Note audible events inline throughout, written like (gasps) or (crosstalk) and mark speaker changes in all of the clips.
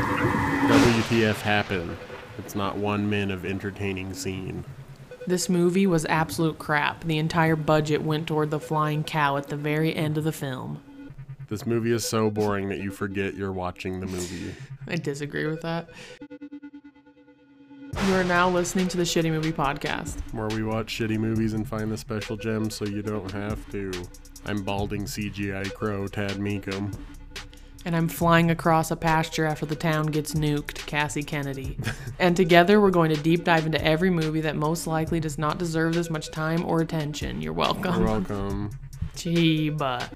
Speaker 1: WTF happened. It's not one minute of entertaining scene.
Speaker 2: This movie was absolute crap. The entire budget went toward the flying cow at the very end of the film.
Speaker 1: This movie is so boring that you forget you're watching the movie.
Speaker 2: I disagree with that. You are now listening to the Shitty Movie Podcast.
Speaker 1: Where we watch shitty movies and find the special gems so you don't have to. I'm balding CGI crow Tad Meekum.
Speaker 2: And I'm flying across a pasture after the town gets nuked,
Speaker 1: (laughs)
Speaker 2: Cassie Kennedy. and together we're going to deep dive into every movie that most likely does not deserve this much time or attention. You're
Speaker 1: You're
Speaker 2: welcome.
Speaker 1: welcome.
Speaker 2: Gee, but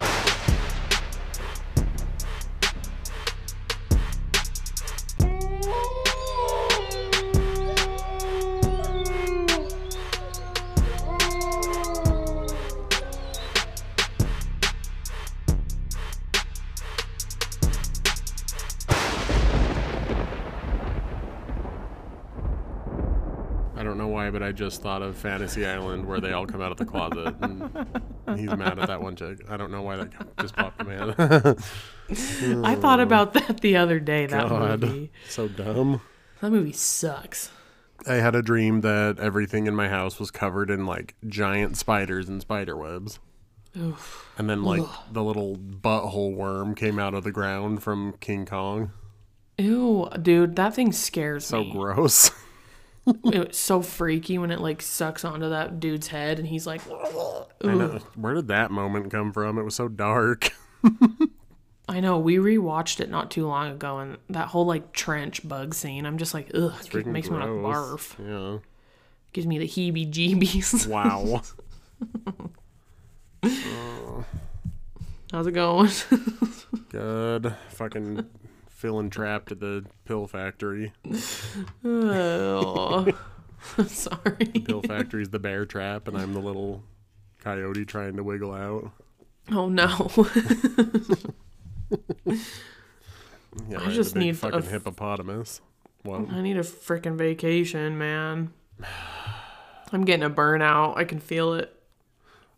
Speaker 1: I don't know why, but I just thought of Fantasy Island where they all come out of the closet. And he's mad at that one chick. I don't know why that just popped in my head. (laughs)
Speaker 2: I thought about that the other day. That
Speaker 1: Oh. God,
Speaker 2: movie.
Speaker 1: so dumb.
Speaker 2: That movie sucks.
Speaker 1: I had a dream that everything in my house was covered in like giant spiders and spider webs. And then like the little butthole worm came out of the ground from King Kong.
Speaker 2: Ew, dude, that thing scares
Speaker 1: So
Speaker 2: me.
Speaker 1: gross. (laughs)
Speaker 2: It's so freaky when it like sucks onto that dude's head and he's like, (laughs)
Speaker 1: I know. Where did that moment come from? It was so dark. (laughs)
Speaker 2: I know. We rewatched it not too long ago, and that whole like trench bug scene. I'm just like, ugh, it
Speaker 1: Freaking
Speaker 2: makes me want to
Speaker 1: gross.
Speaker 2: barf.
Speaker 1: Yeah.
Speaker 2: Gives me the heebie-jeebies. (laughs)
Speaker 1: Wow.
Speaker 2: How's it going? (laughs)
Speaker 1: Good. Fucking feeling trapped at the pill factory.
Speaker 2: oh, I'm (laughs) sorry. (laughs)
Speaker 1: Pill factory's the bear trap, and I'm the little coyote trying to wiggle out.
Speaker 2: Oh no. (laughs)
Speaker 1: Yeah,
Speaker 2: I
Speaker 1: right, the
Speaker 2: just
Speaker 1: big
Speaker 2: need a
Speaker 1: fucking
Speaker 2: f-
Speaker 1: hippopotamus. Well,
Speaker 2: I need a freaking vacation, man. I'm getting a burnout. I can feel it.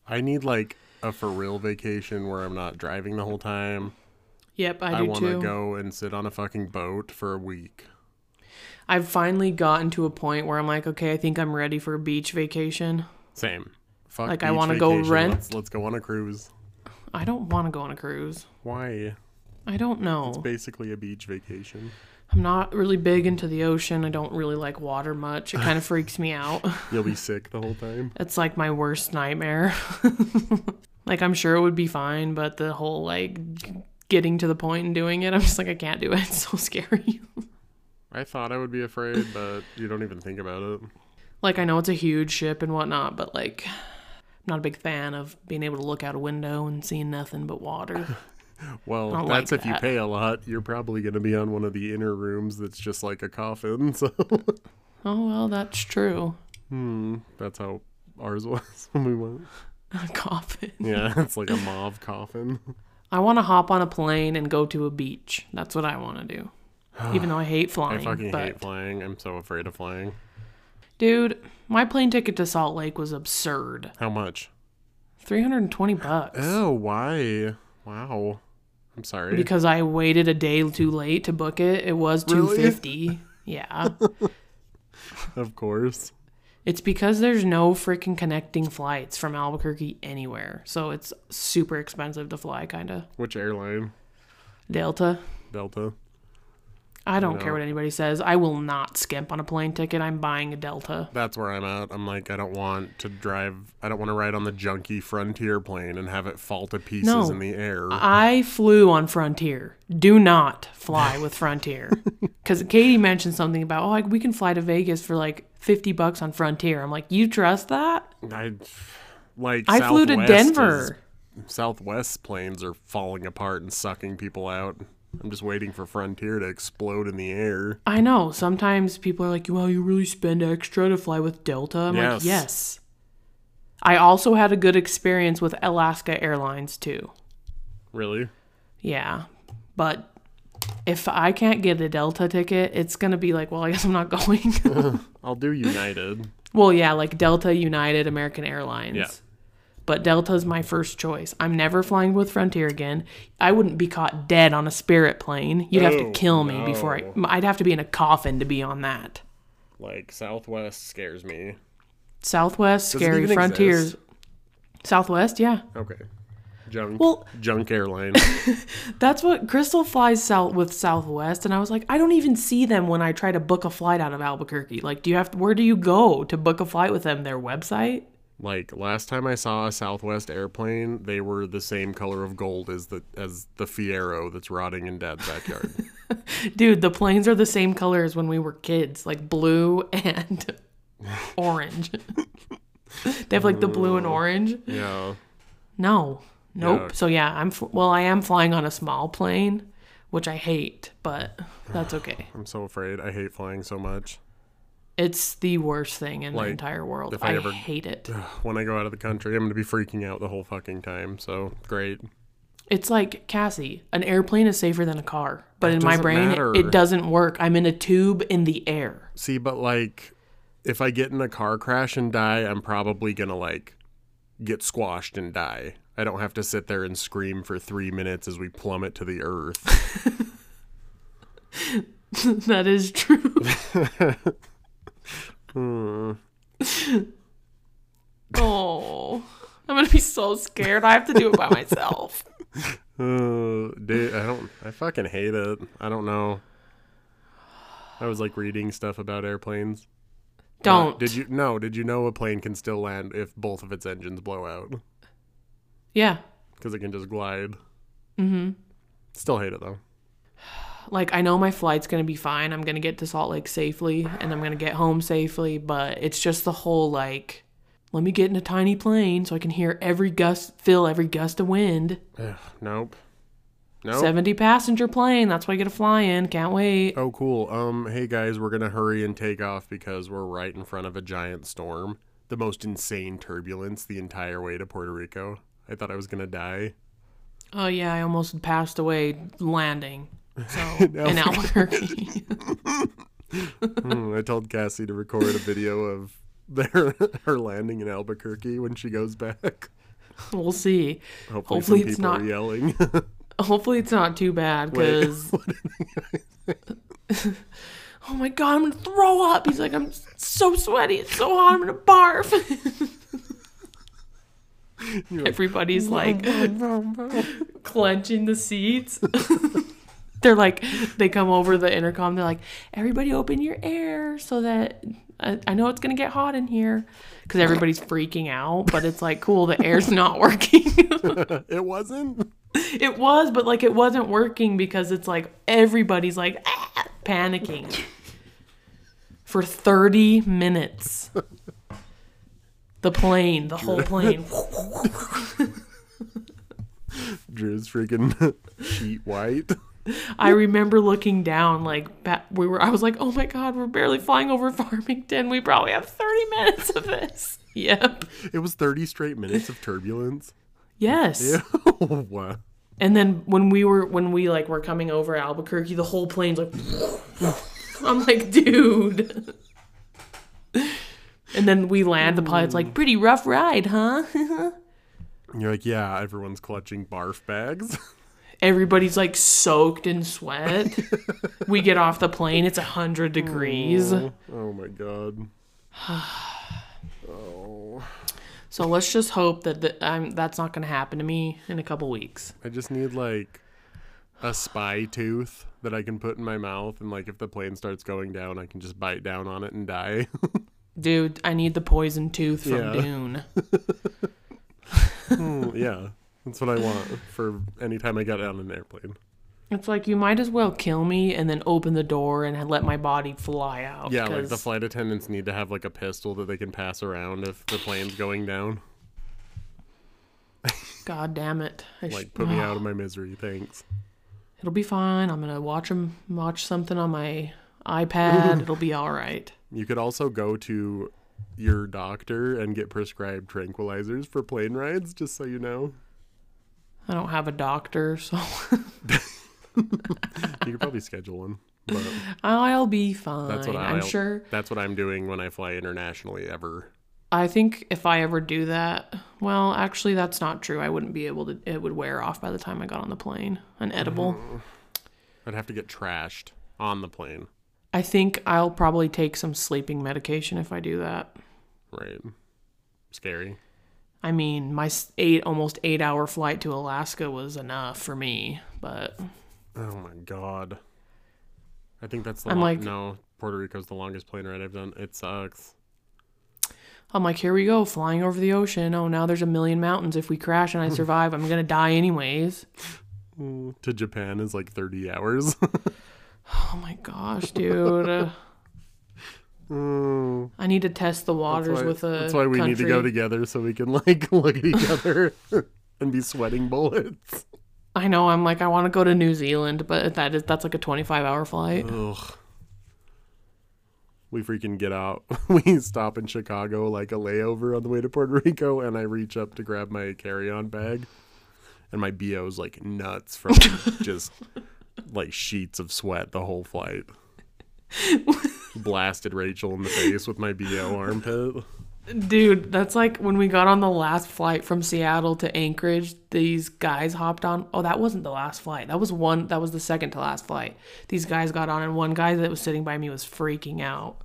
Speaker 1: I need like a for real vacation where I'm not driving the whole time.
Speaker 2: Yep, I
Speaker 1: I,
Speaker 2: do
Speaker 1: want to
Speaker 2: too.
Speaker 1: go and sit on a fucking boat for a week.
Speaker 2: I've finally gotten to a point where I'm like, okay, I think I'm ready for a beach vacation.
Speaker 1: Same. Fuck.
Speaker 2: Like, I
Speaker 1: beach
Speaker 2: wanna go
Speaker 1: vacation.
Speaker 2: rent-
Speaker 1: Let's, let's go on a cruise.
Speaker 2: I don't want to go on a cruise.
Speaker 1: Why?
Speaker 2: I don't know.
Speaker 1: Basically a beach vacation.
Speaker 2: I'm not really big into the ocean. I don't really like water much. It kind of freaks me out.
Speaker 1: You'll be sick the whole time.
Speaker 2: It's like my worst nightmare. (laughs) like I'm sure it would be fine, but the whole like getting to the point and doing it, I'm just like I can't do it. (laughs) It's so scary.
Speaker 1: I thought I would be afraid, but you don't even think about it.
Speaker 2: like I know it's a huge ship and whatnot, but like I'm not a big fan of being able to look out a window and seeing nothing but water.
Speaker 1: Well,
Speaker 2: don't
Speaker 1: that's
Speaker 2: like
Speaker 1: if you
Speaker 2: that.
Speaker 1: pay a lot. You're probably going to be on one of the inner rooms that's just like a coffin. (laughs) So
Speaker 2: oh well, that's true. (laughs)
Speaker 1: Hmm, that's how ours (laughs) was when we went.
Speaker 2: A coffin.
Speaker 1: Yeah, it's like a mauve coffin.
Speaker 2: I want to hop on a plane and go to a beach. That's what I want
Speaker 1: (sighs)
Speaker 2: to do. Even though I hate
Speaker 1: I
Speaker 2: flying,
Speaker 1: fucking
Speaker 2: but
Speaker 1: hate flying. I'm so afraid of flying.
Speaker 2: Dude, my plane ticket to Salt Lake was absurd.
Speaker 1: How much?
Speaker 2: 320 bucks.
Speaker 1: Oh, why? Wow. I'm sorry.
Speaker 2: Because I waited a day too late to book it. It was
Speaker 1: Really? (laughs)
Speaker 2: 250. Yeah.
Speaker 1: of course.
Speaker 2: it's because there's no freaking connecting flights from Albuquerque anywhere. So it's super expensive to fly kind of.
Speaker 1: Which airline?
Speaker 2: Delta.
Speaker 1: Delta.
Speaker 2: I don't
Speaker 1: know.
Speaker 2: care what anybody says. I will not skimp on a plane ticket. I'm buying a Delta.
Speaker 1: That's where I'm at. I'm like, I don't want to drive. I don't want to ride on the junky Frontier plane and have it fall to pieces
Speaker 2: No.
Speaker 1: in the air.
Speaker 2: I flew on Frontier. Do not fly with Frontier. Because Katie mentioned something about, oh, like, we can fly to Vegas for like 50 bucks on Frontier. I'm like, you trust that?
Speaker 1: I like.
Speaker 2: I flew to
Speaker 1: Southwest
Speaker 2: Denver.
Speaker 1: is- Southwest planes are falling apart and sucking people out. I'm just waiting for Frontier to explode in the air.
Speaker 2: I know. Sometimes people are like, well, you really spend extra to fly with Delta. I'm
Speaker 1: Yes.
Speaker 2: like, yes. I also had a good experience with Alaska Airlines too.
Speaker 1: Really?
Speaker 2: Yeah. But if I can't get a Delta ticket, it's going to be like, well, I guess I'm not (laughs) going.
Speaker 1: I'll do
Speaker 2: (laughs)
Speaker 1: United.
Speaker 2: well, yeah, like Delta, United, American Airlines.
Speaker 1: Yeah.
Speaker 2: But Delta's my first choice. I'm never flying with Frontier again. I wouldn't be caught dead on a Spirit plane. You'd have to
Speaker 1: Oh,
Speaker 2: kill me before I,
Speaker 1: no.
Speaker 2: I'd have to be in a coffin to be on that.
Speaker 1: Like Southwest scares me.
Speaker 2: Southwest,
Speaker 1: Does it
Speaker 2: scary
Speaker 1: even
Speaker 2: frontiers.
Speaker 1: exist?
Speaker 2: Southwest, yeah.
Speaker 1: Okay. Junk.
Speaker 2: Well-
Speaker 1: junk airline.
Speaker 2: That's what Crystal flies south with Southwest, and I was like, I don't even see them when I try to book a flight out of Albuquerque. Like, do you have? Where do you go to book a flight with them? Their website?
Speaker 1: like last time I saw a Southwest airplane, they were the same color of gold as the as the Fiero that's rotting in Dad's backyard.
Speaker 2: Dude, the planes are the same color as when we were kids, like blue
Speaker 1: (laughs)
Speaker 2: and orange. they have like the blue and orange.
Speaker 1: yeah.
Speaker 2: No, nope.
Speaker 1: Yeah.
Speaker 2: So yeah, I'm fl- well, I am flying on a small plane, which I hate, but
Speaker 1: (sighs)
Speaker 2: that's okay.
Speaker 1: I'm so afraid. I hate flying so much.
Speaker 2: It's the worst thing in the
Speaker 1: Like,
Speaker 2: entire world.
Speaker 1: if I
Speaker 2: I,
Speaker 1: ever-
Speaker 2: hate
Speaker 1: (sighs)
Speaker 2: it.
Speaker 1: When I go out of the country, I'm going to be freaking out the whole fucking time. So, great.
Speaker 2: It's like Cassie, an airplane is safer than a car, but in my
Speaker 1: doesn't
Speaker 2: brain,
Speaker 1: matter.
Speaker 2: it doesn't work. I'm in a tube in the air. (laughs)
Speaker 1: See, but like if I get in a car crash and die, I'm probably going to like get squashed and die. I don't have to sit there and scream for 3 minutes as we plummet to the earth.
Speaker 2: that is true. oh, I'm gonna be so scared. I have to do it
Speaker 1: (laughs)
Speaker 2: by myself.
Speaker 1: Uh, dude, I don't. I fucking hate it. I don't know. I was like reading stuff about airplanes.
Speaker 2: Don't.
Speaker 1: Did you no? Did you know a plane can still land if both of its engines blow out
Speaker 2: Yeah.
Speaker 1: because it can just glide? Mm-hmm. Still hate it though.
Speaker 2: Like I know my flight's gonna be fine. I'm gonna get to Salt Lake safely, and I'm gonna get home safely. But it's just the whole like, let me get in a tiny plane so I can hear every gust, feel every gust of wind.
Speaker 1: Ugh, nope. Nope.
Speaker 2: 70 passenger plane. That's why I get to fly in. Can't wait.
Speaker 1: Oh. Oh, cool. Um, hey guys, we're gonna hurry and take off because we're right in front of a giant storm. The most insane turbulence the entire way to Puerto Rico. I thought I was gonna die.
Speaker 2: Oh, yeah, I almost passed away landing.
Speaker 1: (laughs)
Speaker 2: So, in Albuquerque. (laughs)
Speaker 1: Mm, (laughs) I told Cassie to record a video of their (laughs) her landing in Albuquerque when she goes back.
Speaker 2: we'll see.
Speaker 1: Hopefully,
Speaker 2: Hopefully
Speaker 1: some
Speaker 2: it's
Speaker 1: people
Speaker 2: not-
Speaker 1: are yelling. (laughs)
Speaker 2: Hopefully, it's not too bad because. (laughs) oh my God, I'm going to throw up. He's like, I'm so sweaty. It's so hot. I'm going to barf. Everybody's like (laughs) clenching the seats. (laughs) they're like they come over the intercom they're like everybody open your air so that i, I know it's going to get hot in here because everybody's freaking out but it's like cool the air's not working (laughs)
Speaker 1: it wasn't.
Speaker 2: it was but like it wasn't working because it's like everybody's like "Ah," panicking (laughs) for 30 minutes the plane the whole plane
Speaker 1: Drew's freaking (laughs) sheet white.
Speaker 2: I remember looking down, like ba- we were. I was like, "Oh my god, we're barely flying over (laughs) Farmington. We probably have thirty minutes of this." (laughs) Yep.
Speaker 1: It was thirty straight minutes of turbulence. (laughs)
Speaker 2: Yes.
Speaker 1: wow.
Speaker 2: And then when we were when we like were coming over Albuquerque, the whole plane's like, (laughs) I'm like, dude. And then we land. The pilot's like, pretty rough ride, huh? (laughs)
Speaker 1: And you're like, yeah, everyone's clutching barf bags. (laughs)
Speaker 2: Everybody's like soaked in sweat. we get off the plane. It's hundred degrees.
Speaker 1: oh my god.
Speaker 2: So let's just hope that th- I'm, that's not going to happen to me in a couple weeks.
Speaker 1: I just need like a spy tooth that I can put in my mouth, and like if the plane starts going down, I can just bite down on it and die.
Speaker 2: Dude, I need the poison tooth from
Speaker 1: Yeah.
Speaker 2: Dune.
Speaker 1: Well, (laughs) yeah, that's what I want for any time I get on an airplane.
Speaker 2: It's like you might as well kill me and then open the door and let my body fly out.
Speaker 1: Yeah, like the
Speaker 2: 'cause-
Speaker 1: flight attendants need to have like a pistol that they can pass around if the plane's going down.
Speaker 2: God damn it! I sh-
Speaker 1: Like, put me out of my misery, thanks.
Speaker 2: It'll be fine. I'm gonna watch 'em-
Speaker 1: (laughs)
Speaker 2: watch something on my iPad. It'll be all right.
Speaker 1: You could also go to your doctor and get prescribed tranquilizers for plane rides, just so you know.
Speaker 2: I don't have a doctor, (laughs) so
Speaker 1: You could probably schedule one. But
Speaker 2: I'll be fine.
Speaker 1: that's what I,
Speaker 2: I'm sure.
Speaker 1: That's what I'm doing when I fly internationally ever.
Speaker 2: I think if I ever do that, well, actually, that's not true. I wouldn't be able to. It would wear off by the time I got on the plane. An edible.
Speaker 1: Mm-hmm. I'd have to get trashed on the plane.
Speaker 2: I think I'll probably take some sleeping medication if I do that.
Speaker 1: Right. Scary.
Speaker 2: I mean, my s- eight almost eight hour flight to Alaska was enough for me, but
Speaker 1: Oh my god. I think that's the
Speaker 2: I'm
Speaker 1: lo-
Speaker 2: like-
Speaker 1: no, Puerto Rico's the longest plane ride I've done. It sucks.
Speaker 2: I'm like, here we go, flying over the ocean. Oh, now there's a million mountains. If we
Speaker 1: (laughs)
Speaker 2: crash and I survive, I'm gonna die anyways.
Speaker 1: Mm, To Japan is like 30 hours. (laughs)
Speaker 2: Oh my gosh, dude.
Speaker 1: Mm,
Speaker 2: I need to test the waters
Speaker 1: that's, why,
Speaker 2: with a.
Speaker 1: that's why we need to go
Speaker 2: country.
Speaker 1: together so we can like (laughs) look at each other (laughs) and be sweating bullets.
Speaker 2: I know. I'm like, I want to go to New Zealand, but that is that's like a 25 hour flight.
Speaker 1: Ugh. We freaking get out. (laughs) We stop in Chicago like a layover on the way to Puerto Rico, and I reach up to grab my carry-on bag, and my bo's like nuts
Speaker 2: (laughs)
Speaker 1: from just like sheets of sweat the whole flight. Blasted Rachel in the face with my bo armpit.
Speaker 2: Dude, that's like when we got on the last flight from Seattle to Anchorage, these guys hopped on. Oh, that wasn't the last flight. That was one that was the second to last flight. These guys got on and one guy that was sitting by me was freaking out.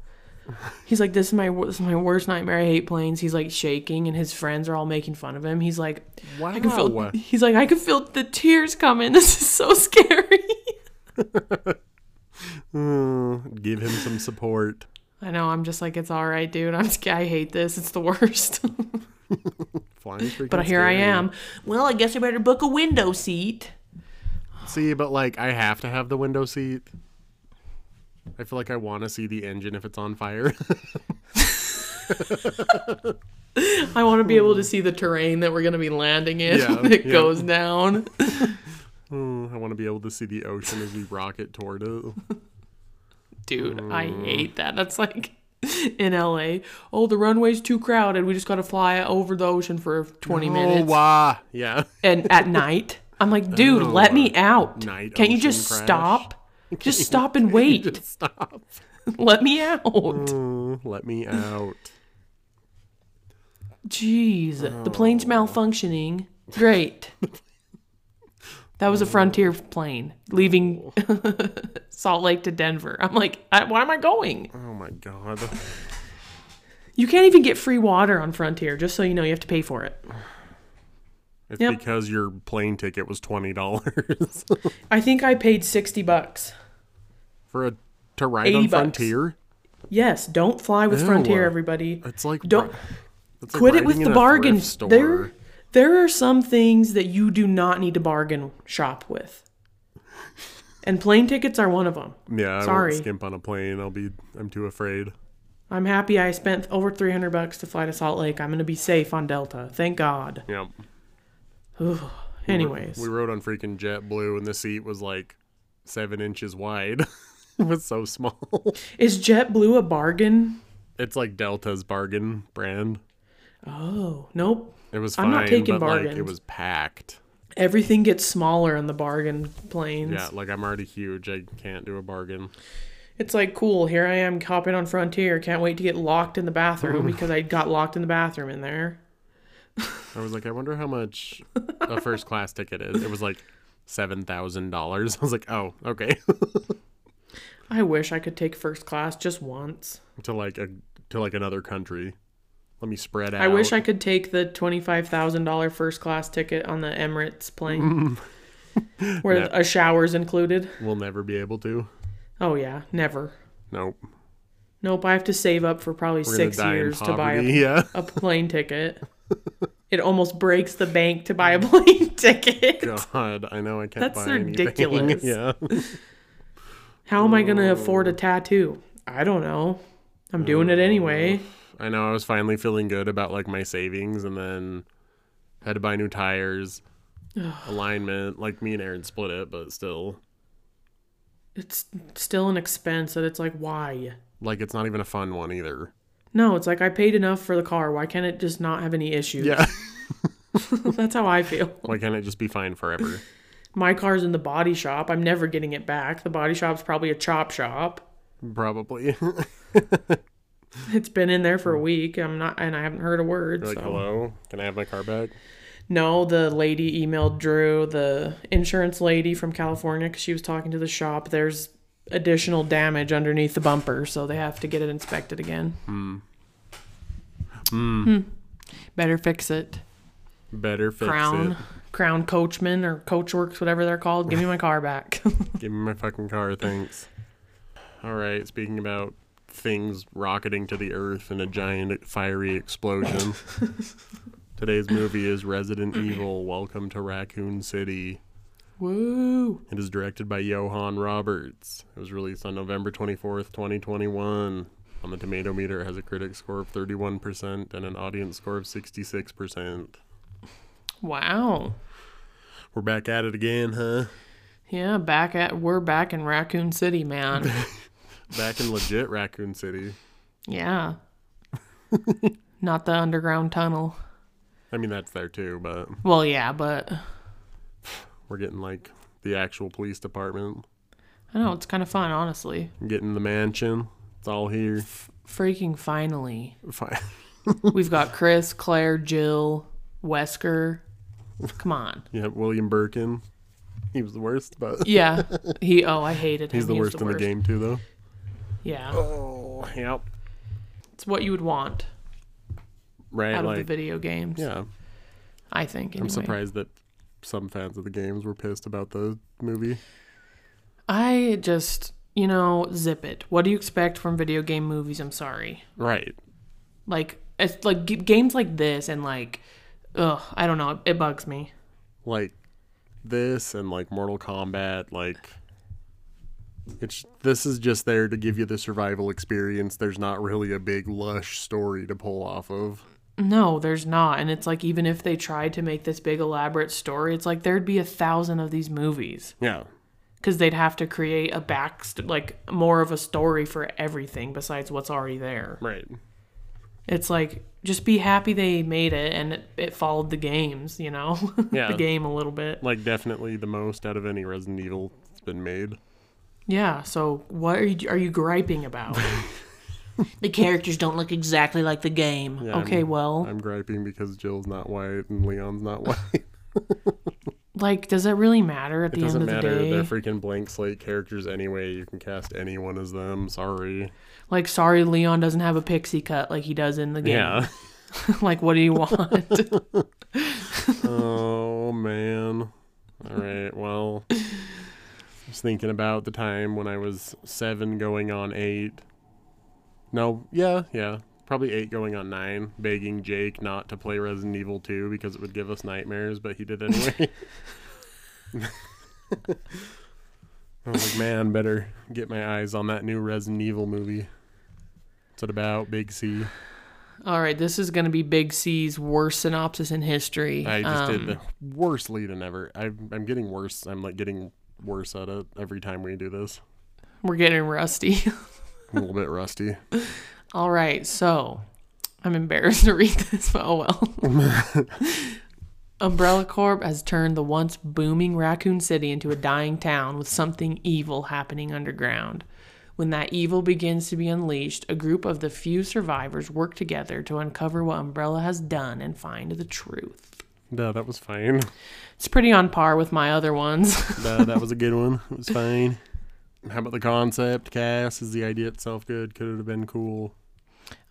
Speaker 2: He's like, "This is my wor- this is my worst nightmare. I hate planes." He's like shaking and his friends are all making fun of him. He's like, "I can feel
Speaker 1: Wow.
Speaker 2: He's like, "I can feel the tears coming. (laughs) This is so scary." (laughs)
Speaker 1: Mm, give him some support.
Speaker 2: I know. I'm just like, it's all right, dude. I'm sc- I hate this. It's the worst. (laughs)
Speaker 1: Flying freaking
Speaker 2: but here I
Speaker 1: scary.
Speaker 2: am. Well, I guess I better book a window seat.
Speaker 1: See, but like I have to have the window seat. I feel like I want to see the engine if it's on fire. (laughs)
Speaker 2: I want to be able to see the terrain that we're gonna be landing in (laughs)
Speaker 1: Yeah,
Speaker 2: when it
Speaker 1: yeah.
Speaker 2: goes down.
Speaker 1: Mm, I want to be able to see the ocean as we rocket toward it.
Speaker 2: Dude, I
Speaker 1: Mm.
Speaker 2: hate that. That's like (laughs) in LA. Oh, the runway's too crowded. We just gotta fly over the ocean for 20
Speaker 1: Oh,
Speaker 2: minutes.
Speaker 1: wow. Yeah. (laughs)
Speaker 2: And at night, I'm like, dude,
Speaker 1: Oh,
Speaker 2: let me out.
Speaker 1: night
Speaker 2: Can't you
Speaker 1: ocean
Speaker 2: just
Speaker 1: crash.
Speaker 2: stop? Just
Speaker 1: (laughs)
Speaker 2: stop and wait.
Speaker 1: Just stop.
Speaker 2: (laughs) Let me out.
Speaker 1: Mm, let me out.
Speaker 2: Jeez, the
Speaker 1: Oh.
Speaker 2: plane's malfunctioning. Great.
Speaker 1: (laughs)
Speaker 2: That was a Frontier plane leaving Salt Lake to Denver. I'm like, I, why am I going?
Speaker 1: Oh my god.
Speaker 2: You can't even get free water on Frontier, just so you know, you have to pay for it.
Speaker 1: It's
Speaker 2: Yep.
Speaker 1: because your plane ticket was twenty dollars (laughs)
Speaker 2: I think I paid 60 bucks.
Speaker 1: for a to ride
Speaker 2: 80
Speaker 1: on
Speaker 2: bucks.
Speaker 1: Frontier.
Speaker 2: Yes, don't fly with
Speaker 1: Ew.
Speaker 2: Frontier, everybody.
Speaker 1: It's like
Speaker 2: Don't-
Speaker 1: ri- it's like
Speaker 2: Quit it
Speaker 1: riding
Speaker 2: with
Speaker 1: in
Speaker 2: the
Speaker 1: a
Speaker 2: bargain.
Speaker 1: thrift store.
Speaker 2: There, there are some things that you do not need to bargain shop with. And plane tickets are one of them.
Speaker 1: Yeah, I
Speaker 2: Sorry.
Speaker 1: won't skimp on a plane. I'll be. I'm too afraid.
Speaker 2: I'm happy I spent over 300 bucks to fly to Salt Lake. I'm going to be safe on Delta. Thank God.
Speaker 1: Yep.
Speaker 2: Anyways,
Speaker 1: We rode on freaking JetBlue, and the seat was like seven inches wide. (laughs) it was so small. (laughs)
Speaker 2: is JetBlue a bargain?
Speaker 1: It's like Delta's bargain brand.
Speaker 2: Oh, nope.
Speaker 1: It was fine,
Speaker 2: I'm not taking
Speaker 1: but like it
Speaker 2: bargains.
Speaker 1: was packed.
Speaker 2: Everything gets smaller on the bargain planes.
Speaker 1: Yeah, like I'm already huge. I can't do a bargain.
Speaker 2: It's like, cool, here I am hopping on Frontier. Can't wait to get locked in the bathroom because I got locked in the bathroom in there.
Speaker 1: I was like, I wonder how much a
Speaker 2: (laughs)
Speaker 1: first class ticket is. It was like seven thousand dollars. (laughs) I was like, oh, okay.
Speaker 2: I wish I could take first class just once.
Speaker 1: to like a to like another country. Let me spread out.
Speaker 2: I wish I could take the $25,000 first class ticket on the
Speaker 1: (laughs)
Speaker 2: Emirates plane where
Speaker 1: No.
Speaker 2: a shower's included.
Speaker 1: We'll never be able to.
Speaker 2: Oh, yeah, never.
Speaker 1: Nope.
Speaker 2: Nope, I have to save up for probably
Speaker 1: We're
Speaker 2: six
Speaker 1: gonna die
Speaker 2: years
Speaker 1: in
Speaker 2: to buy
Speaker 1: poverty. (laughs)
Speaker 2: a,
Speaker 1: yeah.
Speaker 2: (laughs) a
Speaker 1: (laughs)
Speaker 2: plane ticket. It almost breaks the bank to buy a (laughs) plane ticket.
Speaker 1: God, I know I can't.
Speaker 2: That's
Speaker 1: buy anything. (laughs)
Speaker 2: ridiculous.
Speaker 1: yeah.
Speaker 2: How am I going to afford a tattoo? I don't know. I'm doing it anyway.
Speaker 1: I know I was finally feeling good about like my savings and then had to buy new
Speaker 2: (sighs)
Speaker 1: tires, alignment. Like me and Aaron split it, but still.
Speaker 2: It's still an expense that it's like, why?
Speaker 1: Like it's not even a fun one either.
Speaker 2: No, it's like I paid enough for the car. Why can't it just not have any issues?
Speaker 1: Yeah. (laughs)
Speaker 2: (laughs) That's how I feel.
Speaker 1: Why can't it just be fine forever?
Speaker 2: My car's in the body shop. I'm never getting it back. The body shop's probably a chop shop.
Speaker 1: Probably. (laughs)
Speaker 2: It's been in there for a week. I'm not, and I haven't heard a word.
Speaker 1: You're Hmm. like,
Speaker 2: so.
Speaker 1: hello, can I have my car back?
Speaker 2: No, the lady emailed Drew, the insurance lady from California, because she was talking to the shop. There's additional damage underneath the bumper, so they have to get it inspected again. Hmm. Better fix it.
Speaker 1: Better fix
Speaker 2: Crown, Crown Coachman or Coachworks, whatever they're called. Give me my car back. (laughs)
Speaker 1: it. Give me my fucking car, thanks. All right, speaking about things rocketing to the earth in a giant fiery explosion. Today's movie is Resident Evil: Welcome to Raccoon City.
Speaker 2: Woo!
Speaker 1: It is directed by Johan Roberts. It was released on November 24th, 2021. On the tomato meter, it has a critic score of 31% and an audience score of 66%.
Speaker 2: Wow.
Speaker 1: We're back at it again, huh?
Speaker 2: Yeah, back at we're back in Raccoon City, (laughs) man.
Speaker 1: Back in legit Raccoon City.
Speaker 2: Yeah. Not the underground tunnel.
Speaker 1: I mean, that's there too, but
Speaker 2: Well, yeah, but
Speaker 1: we're getting like the actual police department,
Speaker 2: I know it's kind of fun, honestly.
Speaker 1: getting the mansion. It's all here. (laughs)
Speaker 2: Freaking finally.
Speaker 1: Fine.
Speaker 2: We've got Chris, Claire, Jill, Wesker. Come on.
Speaker 1: Yeah, William Birkin. He was the worst, but
Speaker 2: Yeah. He oh, I hated him.
Speaker 1: he's the
Speaker 2: He was
Speaker 1: worst in the game too, though.
Speaker 2: Yeah.
Speaker 1: Oh, yep.
Speaker 2: It's what you would want
Speaker 1: Right,
Speaker 2: out of the
Speaker 1: like
Speaker 2: video games.
Speaker 1: yeah.
Speaker 2: I think anyway.
Speaker 1: I'm surprised that some fans of the games were pissed about the movie.
Speaker 2: I just, you know, zip it. What do you expect from video game movies? I'm sorry.
Speaker 1: Right.
Speaker 2: Like it's like g- games like this and like ugh, I don't know, it bugs me.
Speaker 1: Like this and like Mortal Kombat, like it's this is just there to give you the survival experience. There's not really a big lush story to pull off of.
Speaker 2: No, there's not. And it's like even if they tried to make this big elaborate story, it's like there'd be a thousand of these movies
Speaker 1: Yeah.
Speaker 2: cuz they'd have to create a back like more of a story for everything besides what's already there.
Speaker 1: Right.
Speaker 2: It's like just be happy they made it and it, it followed the games, you know. (laughs)
Speaker 1: Yeah.
Speaker 2: the game a little bit.
Speaker 1: Like definitely the most out of any Resident Evil that's been made.
Speaker 2: Yeah, so what are you, are you
Speaker 1: (laughs)
Speaker 2: griping about? the characters don't look exactly like the game.
Speaker 1: Yeah,
Speaker 2: okay,
Speaker 1: I'm-
Speaker 2: well,
Speaker 1: I'm griping because Jill's not white and Leon's not (laughs) white.
Speaker 2: like, does it really matter at
Speaker 1: It
Speaker 2: the end
Speaker 1: doesn't
Speaker 2: of the
Speaker 1: matter. They're
Speaker 2: day?
Speaker 1: freaking blank slate characters anyway. You can cast anyone as them. Sorry.
Speaker 2: like, sorry, Leon doesn't have a pixie cut like he does in the game. (laughs)
Speaker 1: Yeah.
Speaker 2: like, what
Speaker 1: (laughs)
Speaker 2: do you want?
Speaker 1: oh man. All right. Well, I was thinking about the time when I was seven, going on eight. No. Yeah. Yeah. Probably eight going on nine, begging Jake not to play Resident Evil 2 because it would give us nightmares, but he did anyway. (laughs) I was like, man, better get my eyes on that new Resident Evil movie. What's it about? Big C.
Speaker 2: All right, this is going to be Big C's worst synopsis in history.
Speaker 1: I just did
Speaker 2: Um,
Speaker 1: the worst lead in ever. I'm, I'm getting worse. I'm like getting worse at it every time we do this.
Speaker 2: We're getting rusty. (laughs)
Speaker 1: I'm a little bit rusty.
Speaker 2: All right, so I'm embarrassed (laughs) to read this, but oh well.
Speaker 1: (laughs)
Speaker 2: Umbrella Corp has turned the once booming Raccoon City into a dying town with something evil happening underground. When that evil begins to be unleashed, a group of the few survivors work together to uncover what Umbrella has done and find the truth.
Speaker 1: No, that was fine.
Speaker 2: It's pretty on par with my other ones. (laughs)
Speaker 1: No, that was a good one. It was fine. How about the concept, Cass? Is the idea itself good? Could it have been cool?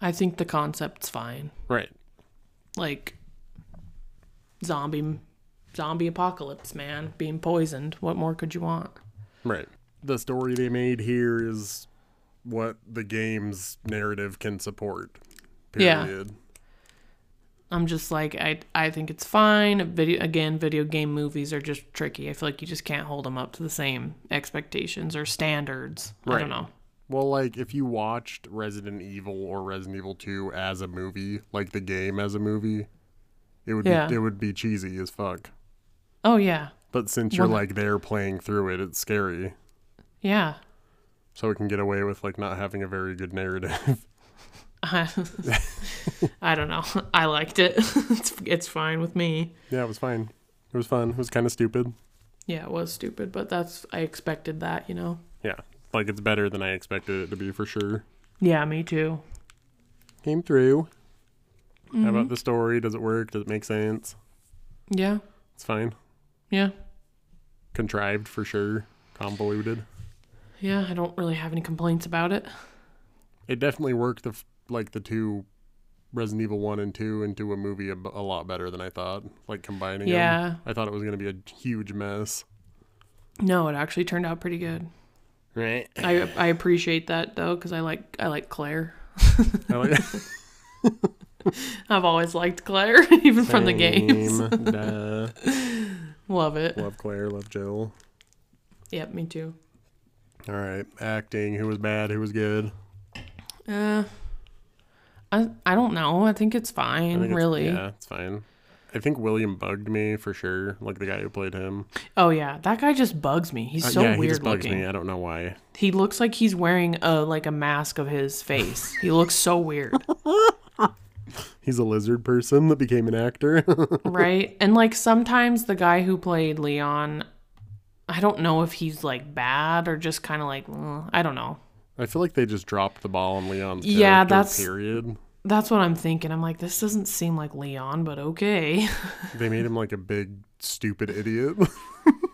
Speaker 2: I think the concept's fine.
Speaker 1: Right.
Speaker 2: Like zombie zombie apocalypse, man, being poisoned. What more could you want?
Speaker 1: Right. The story they made here is what the game's narrative can support.
Speaker 2: Yeah.
Speaker 1: Period.
Speaker 2: I'm just like I I think it's fine. Video again, video game movies are just tricky. I feel like you just can't hold them up to the same expectations or standards. I
Speaker 1: Right.
Speaker 2: don't know.
Speaker 1: Well, like if you watched Resident Evil or Resident Evil 2 as a movie, like the game as a movie, it would
Speaker 2: Yeah.
Speaker 1: be, it would be cheesy as fuck.
Speaker 2: Oh yeah,
Speaker 1: But since you're
Speaker 2: One-
Speaker 1: like there playing through it, it's scary.
Speaker 2: yeah. (laughs)
Speaker 1: So it can get away with like not having a very good narrative. (laughs)
Speaker 2: I, I don't know. I liked it. (laughs) it's, it's fine with me.
Speaker 1: Yeah, it was fine. It was fun. It was kind of stupid.
Speaker 2: Yeah, it was stupid, but that's I expected that, you know.
Speaker 1: Yeah, like it's better than I expected it to be for sure.
Speaker 2: Yeah, me too.
Speaker 1: Came through. How about the story? Does it work? Does it make sense?
Speaker 2: Yeah.
Speaker 1: It's fine.
Speaker 2: Yeah.
Speaker 1: Contrived for sure. Convoluted.
Speaker 2: Yeah, I don't really have any complaints about it.
Speaker 1: It definitely worked the f- like the two Resident Evil 1 and 2 into a movie a, b- a lot better than I thought. Like combining 'em.
Speaker 2: Yeah.
Speaker 1: I thought it was going to be a huge mess.
Speaker 2: No, it actually turned out pretty good.
Speaker 1: Right.
Speaker 2: I I appreciate that though cuz I like I like Claire. I've always liked Claire (laughs) even (laughs) from the games. (laughs)
Speaker 1: Duh.
Speaker 2: Love it.
Speaker 1: Love Claire, love Jill.
Speaker 2: Yep, me too.
Speaker 1: All right. Acting, who was bad, who was good?
Speaker 2: Uh I I don't know. I think it's
Speaker 1: I
Speaker 2: fine,
Speaker 1: think it's-
Speaker 2: really.
Speaker 1: Yeah, it's fine. I think William bugged me for sure, like the guy who played him.
Speaker 2: Oh yeah, that guy just bugs me. He's
Speaker 1: Uh,
Speaker 2: so
Speaker 1: yeah,
Speaker 2: weird
Speaker 1: he just bugs
Speaker 2: looking.
Speaker 1: me. I don't know why.
Speaker 2: He looks like he's wearing a like a mask of his face. he looks so
Speaker 1: (laughs)
Speaker 2: weird,
Speaker 1: He's a lizard person that became an actor. (laughs)
Speaker 2: right? And like sometimes the guy who played Leon, I don't know if he's like bad or just kind of like "Mm," I don't know.
Speaker 1: I feel like they just dropped the ball on Leon's character,
Speaker 2: Yeah, that's-
Speaker 1: period.
Speaker 2: That's what I'm thinking. I'm like this doesn't seem like Leon, but okay. (laughs)
Speaker 1: They made him like a big stupid idiot.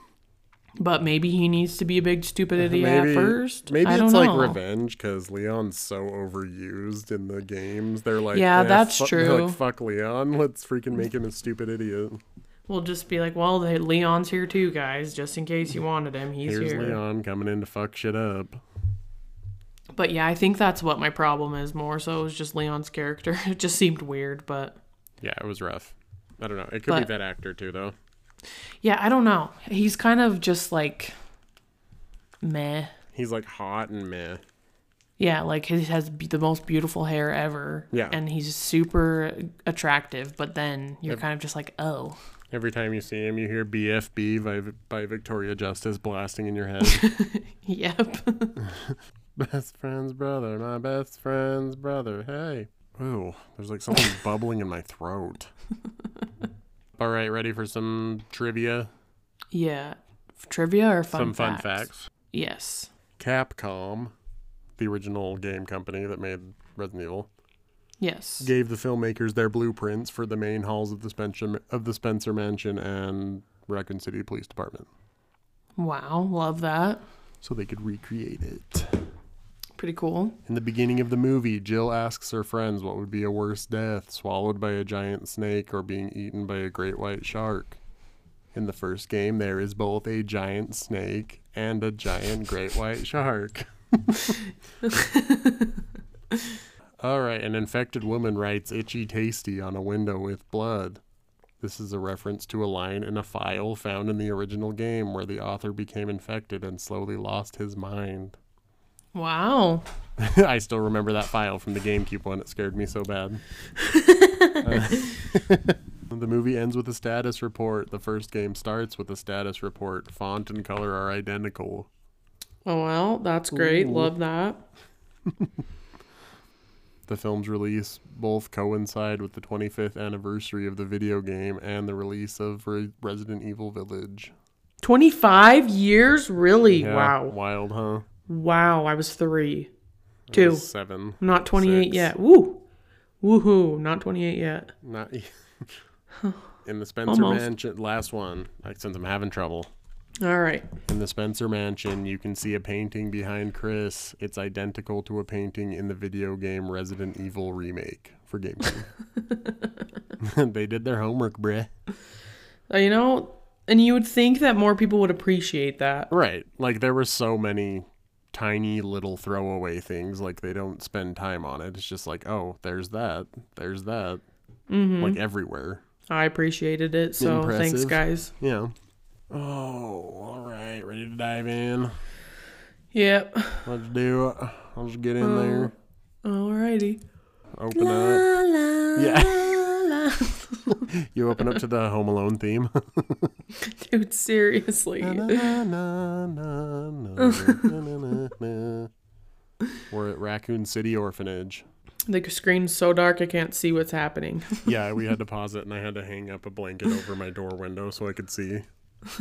Speaker 1: (laughs)
Speaker 2: but maybe he needs to be a big stupid idiot
Speaker 1: maybe
Speaker 2: at first.
Speaker 1: maybe
Speaker 2: I
Speaker 1: it's
Speaker 2: don't
Speaker 1: like
Speaker 2: know.
Speaker 1: revenge because Leon's so overused in the games. They're like,
Speaker 2: Yeah,
Speaker 1: "Eh,
Speaker 2: that's
Speaker 1: fu- they're
Speaker 2: true.
Speaker 1: Like, Fuck Leon, (laughs) let's freaking make him a stupid idiot.
Speaker 2: We'll just be like, well, they, Leon's here too, guys. Just in case you wanted him, he's
Speaker 1: Mm-hmm. Here's
Speaker 2: here.
Speaker 1: Leon coming in to fuck shit up.
Speaker 2: But yeah, I think that's what my problem is more so is just Leon's character. (laughs) It just seemed weird, but
Speaker 1: Yeah, it was rough. I don't know. It could
Speaker 2: But-
Speaker 1: be that actor too, though.
Speaker 2: yeah, I don't know. He's kind of just like meh.
Speaker 1: He's like hot and meh.
Speaker 2: Yeah, like he has be- the most beautiful hair ever.
Speaker 1: Yeah.
Speaker 2: And he's super attractive, but then you're kind of just like, oh. (laughs)
Speaker 1: Every time you see him, you hear BFB by, by Victoria Justice blasting in your head.
Speaker 2: Yep.
Speaker 1: best friend's brother, my best friend's brother. Hey. Ooh, there's like something (laughs) bubbling in my throat. (laughs) All right, ready for some trivia?
Speaker 2: yeah. Trivia or fun
Speaker 1: some fun
Speaker 2: facts?
Speaker 1: facts.
Speaker 2: Yes.
Speaker 1: Capcom, the original game company that made Resident Evil,
Speaker 2: Yes.
Speaker 1: gave the filmmakers their blueprints for the main halls of the Spencer of the Spencer Mansion and Raccoon City Police Department,
Speaker 2: Wow. Love that.
Speaker 1: so they could recreate it.
Speaker 2: Pretty cool.
Speaker 1: In the beginning of the movie, Jill asks her friends what would be a worse death swallowed by a giant snake or being eaten by a great white shark. In the first game, there is both a giant snake and a giant great white shark. All right, an infected woman writes itchy tasty on a window with blood. This is a reference to a line in a file found in the original game where the author became infected and slowly lost his mind.
Speaker 2: Wow.
Speaker 1: (laughs) I still remember that file from the GameCube one. It scared me so bad. Uh, the movie ends with a status report. The first game starts with a status report. Font and color are identical.
Speaker 2: Oh, well, that's great.
Speaker 1: Ooh.
Speaker 2: Love that.
Speaker 1: The film's release both coincide with the 25th anniversary of the video game and the release of Re- Resident Evil Village.
Speaker 2: 25 years? Really?
Speaker 1: Yeah,
Speaker 2: Wow.
Speaker 1: Wild, huh?
Speaker 2: Wow. I was three.
Speaker 1: I
Speaker 2: Two.
Speaker 1: was Seven.
Speaker 2: I'm not 28
Speaker 1: Six.
Speaker 2: yet. Woo. Woohoo. Not 28 yet.
Speaker 1: Not e- in
Speaker 2: (laughs)
Speaker 1: the Spencer
Speaker 2: Almost.
Speaker 1: Mansion. Last one. Like, since I'm having trouble.
Speaker 2: All right.
Speaker 1: In the Spencer Mansion, you can see a painting behind Chris. It's identical to a painting in the video game Resident Evil Remake for GameCube. (laughs) they did their homework, bruh.
Speaker 2: Uh, you know, and you would think that more people would appreciate that.
Speaker 1: Right. Like, there were so many tiny little throwaway things. Like, they don't spend time on it. It's just like, oh, there's that. There's that. Like, everywhere.
Speaker 2: I appreciated it. So thanks,
Speaker 1: Impressive.
Speaker 2: guys.
Speaker 1: Yeah. Oh, all right. Ready to dive in?
Speaker 2: Yep. (sighs)
Speaker 1: Let's do it. I'll just get in there.
Speaker 2: Alrighty.
Speaker 1: Open up. Uh,
Speaker 2: (laughs)
Speaker 1: Yeah. (laughs) you open up to the Home Alone theme. (laughs)
Speaker 2: Dude, seriously.
Speaker 1: We're at Raccoon City Orphanage.
Speaker 2: The screen's so dark I can't see what's happening. (laughs)
Speaker 1: Yeah, we had to pause it, and I had to hang up a blanket over my door window so I could see.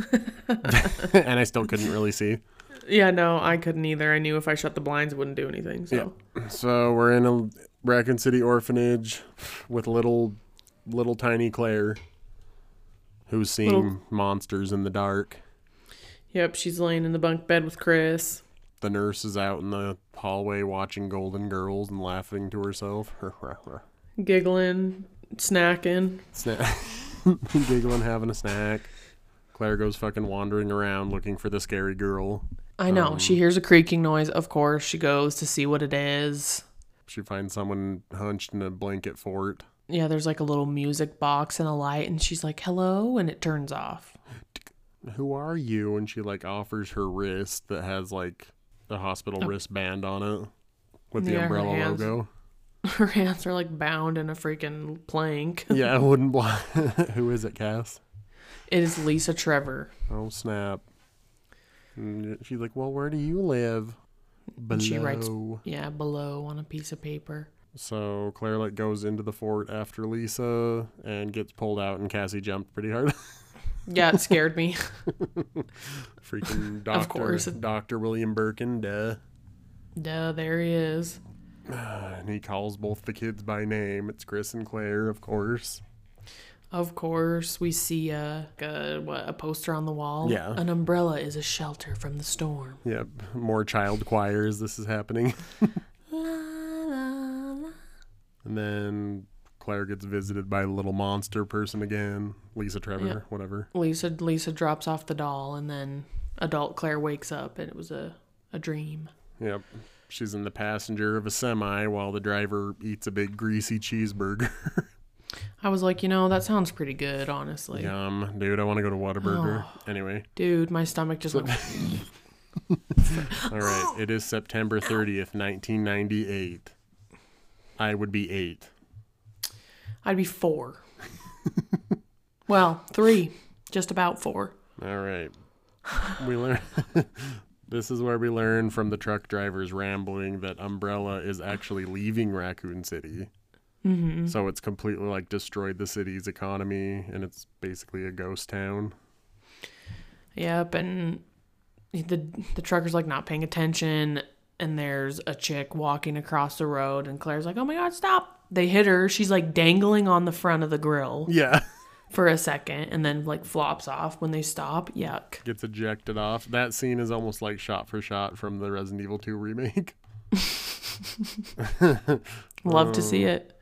Speaker 1: (laughs) and I still couldn't really see.
Speaker 2: yeah, no, I couldn't either. I knew if I shut the blinds, it wouldn't do anything. So
Speaker 1: So we're in a Raccoon City orphanage with little, little tiny Claire, who's seeing
Speaker 2: Little-
Speaker 1: monsters in the dark.
Speaker 2: yep, she's laying in the bunk bed with Chris.
Speaker 1: The nurse is out in the hallway watching Golden Girls and laughing to herself. (laughs)
Speaker 2: giggling, snacking.
Speaker 1: Snack. (laughs) Giggling, having a snack. Claire goes fucking wandering around looking for the scary girl.
Speaker 2: I know. she hears a creaking noise. Of course, she goes to see what it is.
Speaker 1: She finds someone hunched in a blanket fort.
Speaker 2: Yeah, there's like a little music box and a light, and she's like, hello, and it turns off.
Speaker 1: Who are you? And she like offers her wrist that has like the hospital wristband on it with the
Speaker 2: Yeah, Oh. her
Speaker 1: umbrella
Speaker 2: hands. (laughs)
Speaker 1: logo.
Speaker 2: (laughs) Her hands are like bound in a freaking plank.
Speaker 1: Yeah, I wouldn't block. (laughs) Who is it, Cass?
Speaker 2: It is Lisa Trevor.
Speaker 1: Oh snap! And she's like, "Well, where do you live?" Below.
Speaker 2: she writes- Yeah, below on a piece of paper.
Speaker 1: So Claire like goes into the fort after Lisa and gets pulled out, and Cassie jumped pretty hard. (laughs)
Speaker 2: Yeah, it scared me. (laughs)
Speaker 1: Freaking doctor,
Speaker 2: course.
Speaker 1: Doctor William Birkin, duh.
Speaker 2: Duh, there he is.
Speaker 1: And he calls both the kids by name. It's Chris and Claire, of course.
Speaker 2: Of course, we see a, a what a poster on the wall.
Speaker 1: Yeah.
Speaker 2: An umbrella is a shelter from the storm.
Speaker 1: Yep, more child choirs. This is happening, (laughs) and then Claire gets visited by the little monster person again. Lisa Trevor,
Speaker 2: Yeah.
Speaker 1: whatever.
Speaker 2: Lisa Lisa drops off the doll and then adult Claire wakes up and it was a, a dream.
Speaker 1: Yep. She's in the passenger of a semi while the driver eats a big greasy cheeseburger. (laughs)
Speaker 2: I was like, you know, that sounds pretty good, honestly.
Speaker 1: Yum, dude. I want to go to Whataburger. Anyway,
Speaker 2: Dude, my stomach just went
Speaker 1: all right. It is September 30th, 1998. I would be eight.
Speaker 2: I'd be four. well, three. Just about four.
Speaker 1: All right. We learn. (laughs) this is where we learn from the truck driver's rambling that Umbrella is actually leaving Raccoon City. Mm-hmm. So it's completely like destroyed the city's economy and it's basically a ghost town.
Speaker 2: Yep, and the the trucker's like not paying attention, and there's a chick walking across the road, and Claire's like, "Oh my god, stop!" They hit her. She's like dangling on the front of the grill
Speaker 1: Yeah.
Speaker 2: for a second, and then like flops off when they stop. Yuck.
Speaker 1: Gets ejected off. That scene is almost like shot for shot from the Resident Evil 2 remake. (laughs)
Speaker 2: Love to see it.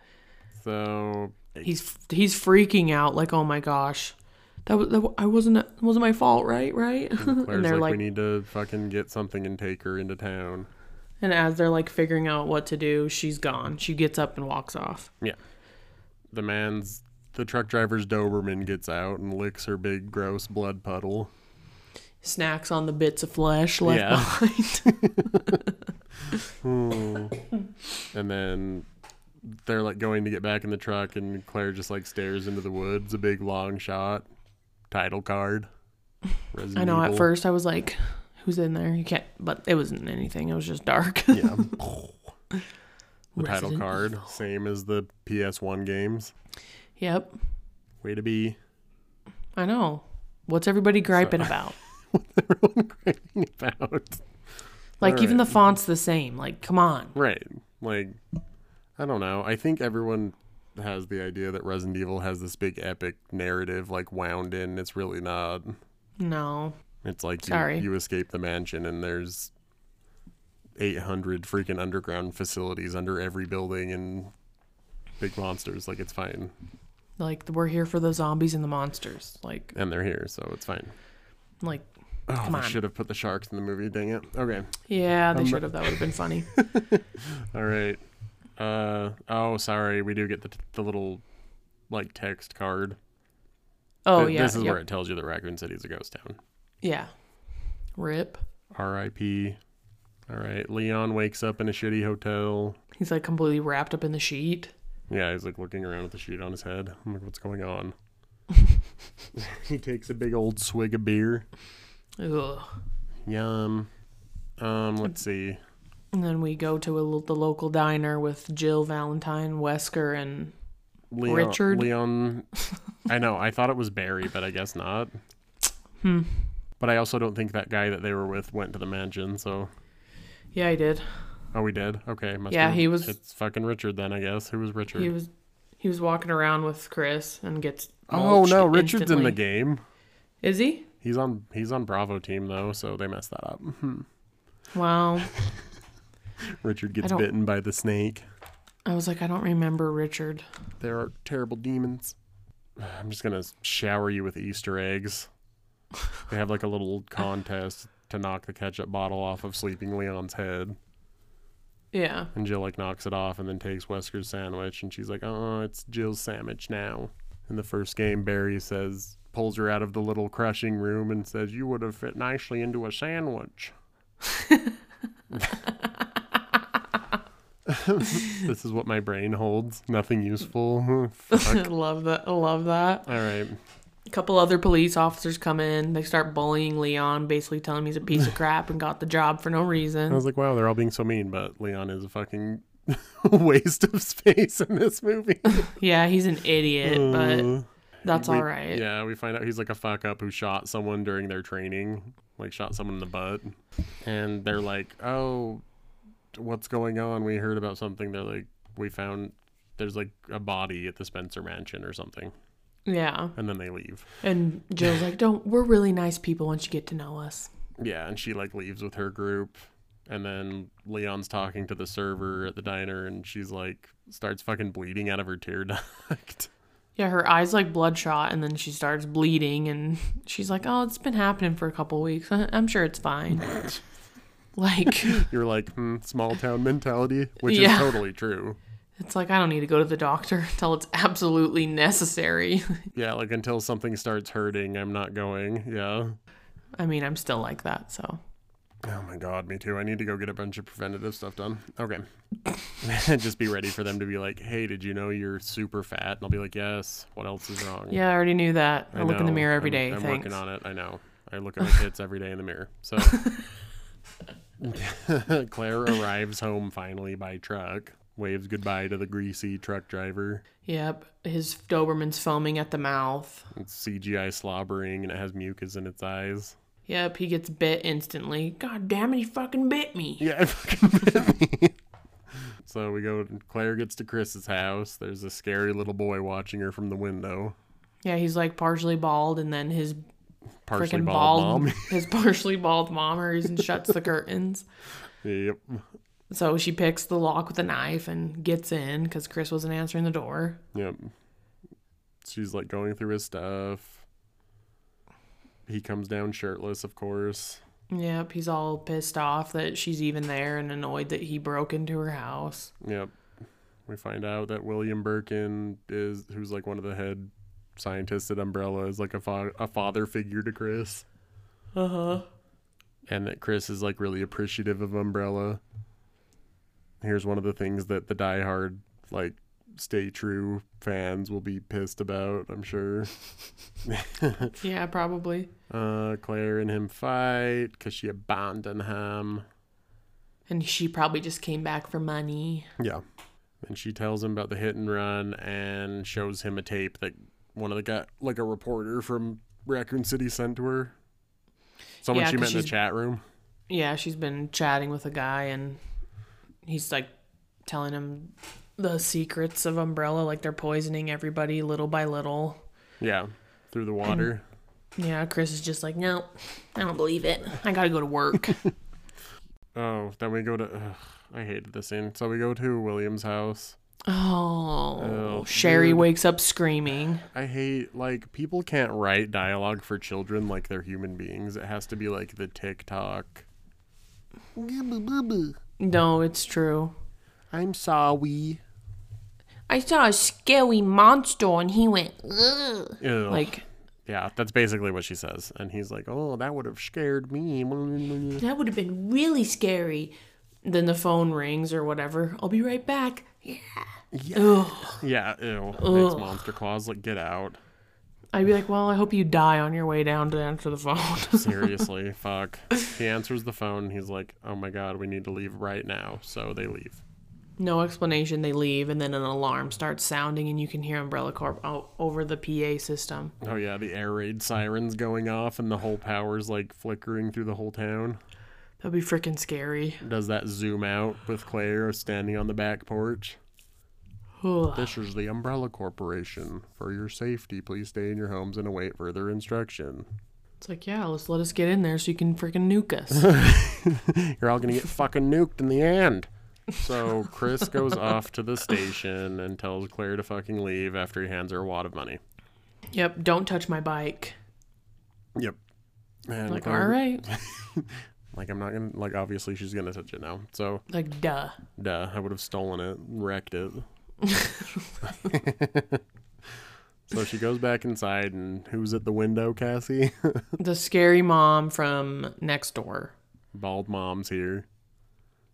Speaker 1: So
Speaker 2: He's he's freaking out. Like, oh my gosh, that was that, wa- I wasn't that wasn't my fault, right? Right? (laughs)
Speaker 1: Claire's
Speaker 2: and they're
Speaker 1: like,
Speaker 2: like,
Speaker 1: we need to fucking get something and take her into town.
Speaker 2: and as they're like figuring out what to do, she's gone. She gets up and walks off.
Speaker 1: Yeah. The man's the truck driver's Doberman gets out and licks her big gross blood puddle.
Speaker 2: Snacks on the bits of flesh left
Speaker 1: Yeah.
Speaker 2: (laughs) behind.
Speaker 1: And then they're like going to get back in the truck and Claire just like stares into the woods, a big long shot. Title
Speaker 2: (laughs)
Speaker 1: card. Resident
Speaker 2: I know. At
Speaker 1: Evil.
Speaker 2: first, I was like, "Who's in there?" You can't. But it wasn't anything. It was just dark. (laughs)
Speaker 1: Yeah. the title
Speaker 2: Resident
Speaker 1: card, same as the PS1 games.
Speaker 2: Yep.
Speaker 1: Way to be.
Speaker 2: I know. What's everybody
Speaker 1: (laughs)
Speaker 2: griping about? (laughs)
Speaker 1: Everyone craving about.
Speaker 2: Like even the
Speaker 1: Alright.
Speaker 2: font's the same. Like, come on.
Speaker 1: Right. Like, I don't know. I think everyone has the idea that Resident Evil has this big epic narrative, like, wound in. It's really not.
Speaker 2: No.
Speaker 1: It's like
Speaker 2: Sorry.
Speaker 1: you, you escape the mansion and there's 800 freaking underground facilities under every building and big monsters. Like, it's fine.
Speaker 2: Like we're here for the zombies and the monsters. Like,
Speaker 1: And they're here, so it's fine.
Speaker 2: like.
Speaker 1: Oh,
Speaker 2: Come
Speaker 1: they
Speaker 2: on.
Speaker 1: should have put the sharks in the movie. Dang it. Okay.
Speaker 2: Yeah, they
Speaker 1: Um,
Speaker 2: should have. That would have
Speaker 1: (laughs)
Speaker 2: been funny.
Speaker 1: All right. Uh, oh, sorry. We do get the, the little, like, text card.
Speaker 2: Oh
Speaker 1: Th-
Speaker 2: yeah.
Speaker 1: This is
Speaker 2: yep.
Speaker 1: where it tells you that Raccoon City is a ghost town.
Speaker 2: Yeah. Rip.
Speaker 1: R.I.P. All right. Leon wakes up in a shitty hotel.
Speaker 2: He's like completely wrapped up in the sheet.
Speaker 1: Yeah, he's like looking around with the sheet on his head. I'm like, what's going
Speaker 2: (laughs)
Speaker 1: on? (laughs) he takes a big old swig of beer.
Speaker 2: Ugh. (laughs)
Speaker 1: Yum. Um, let's see.
Speaker 2: And then we go to a, lo- the local diner with Jill Valentine, Wesker, and
Speaker 1: Leon,
Speaker 2: Richard? (laughs)
Speaker 1: Leon. I know. I thought it was Barry, but I guess not. Hmm. But I also don't think that guy that they were with went to the mansion. So,
Speaker 2: yeah, I did.
Speaker 1: oh, we did. Okay. Must
Speaker 2: Yeah,
Speaker 1: be-
Speaker 2: he was-
Speaker 1: It's fucking Richard then, I guess. Who was Richard?
Speaker 2: He was he was walking around with Chris and gets
Speaker 1: oh no,
Speaker 2: mulched
Speaker 1: Richard's in
Speaker 2: instantly.
Speaker 1: the game.
Speaker 2: Is he?
Speaker 1: He's on. He's on Bravo team though, so they messed that up. (laughs)
Speaker 2: Wow.
Speaker 1: Richard
Speaker 2: I
Speaker 1: gets
Speaker 2: don't-
Speaker 1: bitten by the snake.
Speaker 2: I was like, I don't remember Richard.
Speaker 1: There are terrible demons. (sighs) I'm just gonna shower you with Easter eggs. They have like a
Speaker 2: (laughs)
Speaker 1: little contest to knock the ketchup bottle off of Sleeping Leon's head,
Speaker 2: Yeah.
Speaker 1: and Jill like knocks it off and then takes Wesker's sandwich, and she's like, "Oh, it's Jill's sandwich now." In the first game, Barry says pulls her out of the little crushing room and says, "You would have fit nicely into a sandwich." (laughs) this is what my brain holds. Nothing useful. (laughs) Fuck.
Speaker 2: (laughs) love that. Love that.
Speaker 1: All right.
Speaker 2: A couple other police officers come in. They start bullying Leon, basically telling him he's a
Speaker 1: (laughs)
Speaker 2: piece of crap and got the job for no
Speaker 1: I
Speaker 2: reason.
Speaker 1: was like, wow, they're all being so mean, but Leon is a fucking (laughs) waste of space in this movie.
Speaker 2: Yeah, he's an idiot, but
Speaker 1: Uh,
Speaker 2: that's
Speaker 1: we-
Speaker 2: all right.
Speaker 1: Yeah, we find out he's like a fuck up who shot someone during their training, like shot someone in the butt. And they're like, oh, what's going on? We heard about something. They're like, we found there's like a body at the Spencer Mansion or something.
Speaker 2: yeah.
Speaker 1: And then they leave.
Speaker 2: And Jill's like, "Don't. We're really nice people once you get to know us."
Speaker 1: Yeah, and she like leaves with her group. And then Leon's talking to the server at the diner, and she's like, starts fucking bleeding out of her tear duct. (laughs)
Speaker 2: Yeah, her eyes like bloodshot, and then she starts bleeding, and (laughs) she's like, "Oh, it's been happening for a couple weeks. I- I'm sure it's fine."
Speaker 1: (laughs)
Speaker 2: like, (laughs)
Speaker 1: You're like, hmm, small town mentality, which
Speaker 2: Yeah.
Speaker 1: is totally true.
Speaker 2: it's like I don't need to go to the doctor until it's absolutely necessary. (laughs)
Speaker 1: Yeah, like until something starts hurting, I'm not going. Yeah.
Speaker 2: I mean, I'm still like that, so
Speaker 1: Oh my god, me too. I need to go get a bunch of preventative stuff done. Okay. (laughs) Just be ready for them to be like, hey, did you know you're super fat? And I'll be like, yes. What else is wrong?
Speaker 2: yeah, I already knew that. I,
Speaker 1: I
Speaker 2: look in the
Speaker 1: know.
Speaker 2: mirror every day.
Speaker 1: I'm, I'm
Speaker 2: thanks.
Speaker 1: working on it. I know. I look at
Speaker 2: (laughs)
Speaker 1: my tits every day in the mirror. So (laughs) Claire arrives home finally by truck, waves goodbye to the greasy truck driver.
Speaker 2: Yep, his Doberman's foaming at the mouth.
Speaker 1: It's CGI slobbering and it has mucus in its eyes.
Speaker 2: Yep, he gets bit instantly. God damn it, he fucking bit me.
Speaker 1: Yeah, it fucking bit me. (laughs) so we go. Claire gets to Chris's house. There's a scary little boy watching her from the window.
Speaker 2: Yeah, he's like partially bald, and then his
Speaker 1: Partially
Speaker 2: freaking
Speaker 1: bald,
Speaker 2: bald,
Speaker 1: mom.
Speaker 2: (laughs) his partially bald mom hurries and shuts the curtains.
Speaker 1: (laughs) yep.
Speaker 2: So she picks the lock with a knife and gets in because Chris wasn't answering the door.
Speaker 1: Yep. She's like going through his stuff. He comes down shirtless, of course.
Speaker 2: Yep, he's all pissed off that she's even there and annoyed that he broke into her house.
Speaker 1: Yep. We find out that William Birkin is, who's like one of the head scientists at Umbrella, is like a, fa- a father figure to Chris.
Speaker 2: Uh huh.
Speaker 1: and that Chris is like really appreciative of Umbrella. Here's one of the things that the diehard like stay true fans will be pissed about, I'm sure.
Speaker 2: Yeah, probably.
Speaker 1: Uh Claire and him fight cuz she abandoned him.
Speaker 2: And she probably just came back for money.
Speaker 1: Yeah. And she tells him about the hit and run and shows him a tape that one of the guy like a reporter from Raccoon City sent to her. Someone
Speaker 2: Yeah,
Speaker 1: she
Speaker 2: 'cause
Speaker 1: met in the
Speaker 2: she's-
Speaker 1: chat room.
Speaker 2: Yeah, she's been chatting with a guy and he's like telling him the secrets of Umbrella, like they're poisoning everybody little by little.
Speaker 1: Yeah. Through the water.
Speaker 2: (clears throat) Yeah, Chris is just like, no, I don't believe it. I gotta go to work. (laughs)
Speaker 1: Oh, then we go to. Ugh, I hated this scene. So we go to William's house.
Speaker 2: oh,
Speaker 1: Oh,
Speaker 2: Sherry
Speaker 1: dude.
Speaker 2: wakes up screaming.
Speaker 1: I hate like people can't write dialogue for children like they're human beings. It has to be like the TikTok.
Speaker 2: No, it's true.
Speaker 1: I'm sorry.
Speaker 2: I saw a scary monster and he went
Speaker 1: Ew.
Speaker 2: like
Speaker 1: yeah, that's basically what she says, and he's like, "Oh, that would have scared me." (laughs)
Speaker 2: that would have been really scary. Then the phone rings or whatever. I'll be right back.
Speaker 1: Yeah, ew. It's monster claws. Like, get out.
Speaker 2: I'd be like, well, I hope you die on your way down to answer the phone. (laughs)
Speaker 1: Seriously, fuck. He answers the phone. He's like, "Oh my god, we need to leave right now." So they leave.
Speaker 2: no explanation. They leave, and then an alarm starts sounding, and you can hear Umbrella Corp out over the PA system.
Speaker 1: Oh yeah, the air raid sirens going off and the whole power's like flickering through the whole town.
Speaker 2: That'd be freaking scary.
Speaker 1: Does that zoom out with Claire standing on the back porch?
Speaker 2: Ugh.
Speaker 1: This is the Umbrella Corporation. For your safety, please stay in your homes and await further instruction.
Speaker 2: It's like, yeah, let's let us get in there so you can freaking nuke (laughs) us.
Speaker 1: You're all gonna get fucking nuked in the end. So Chris goes off to the station and tells Claire to fucking leave after he hands her a wad of money.
Speaker 2: yep, don't touch my bike.
Speaker 1: Yep. And
Speaker 2: Like,
Speaker 1: Claire-
Speaker 2: all right.
Speaker 1: Like I'm not gonna like obviously she's gonna touch it now. So
Speaker 2: Like, duh.
Speaker 1: Duh, I would have stolen it, wrecked
Speaker 2: (laughs)
Speaker 1: it. so she goes back inside, and who's at the window, Cassie? (laughs)
Speaker 2: The scary mom from next door.
Speaker 1: Bald mom's here.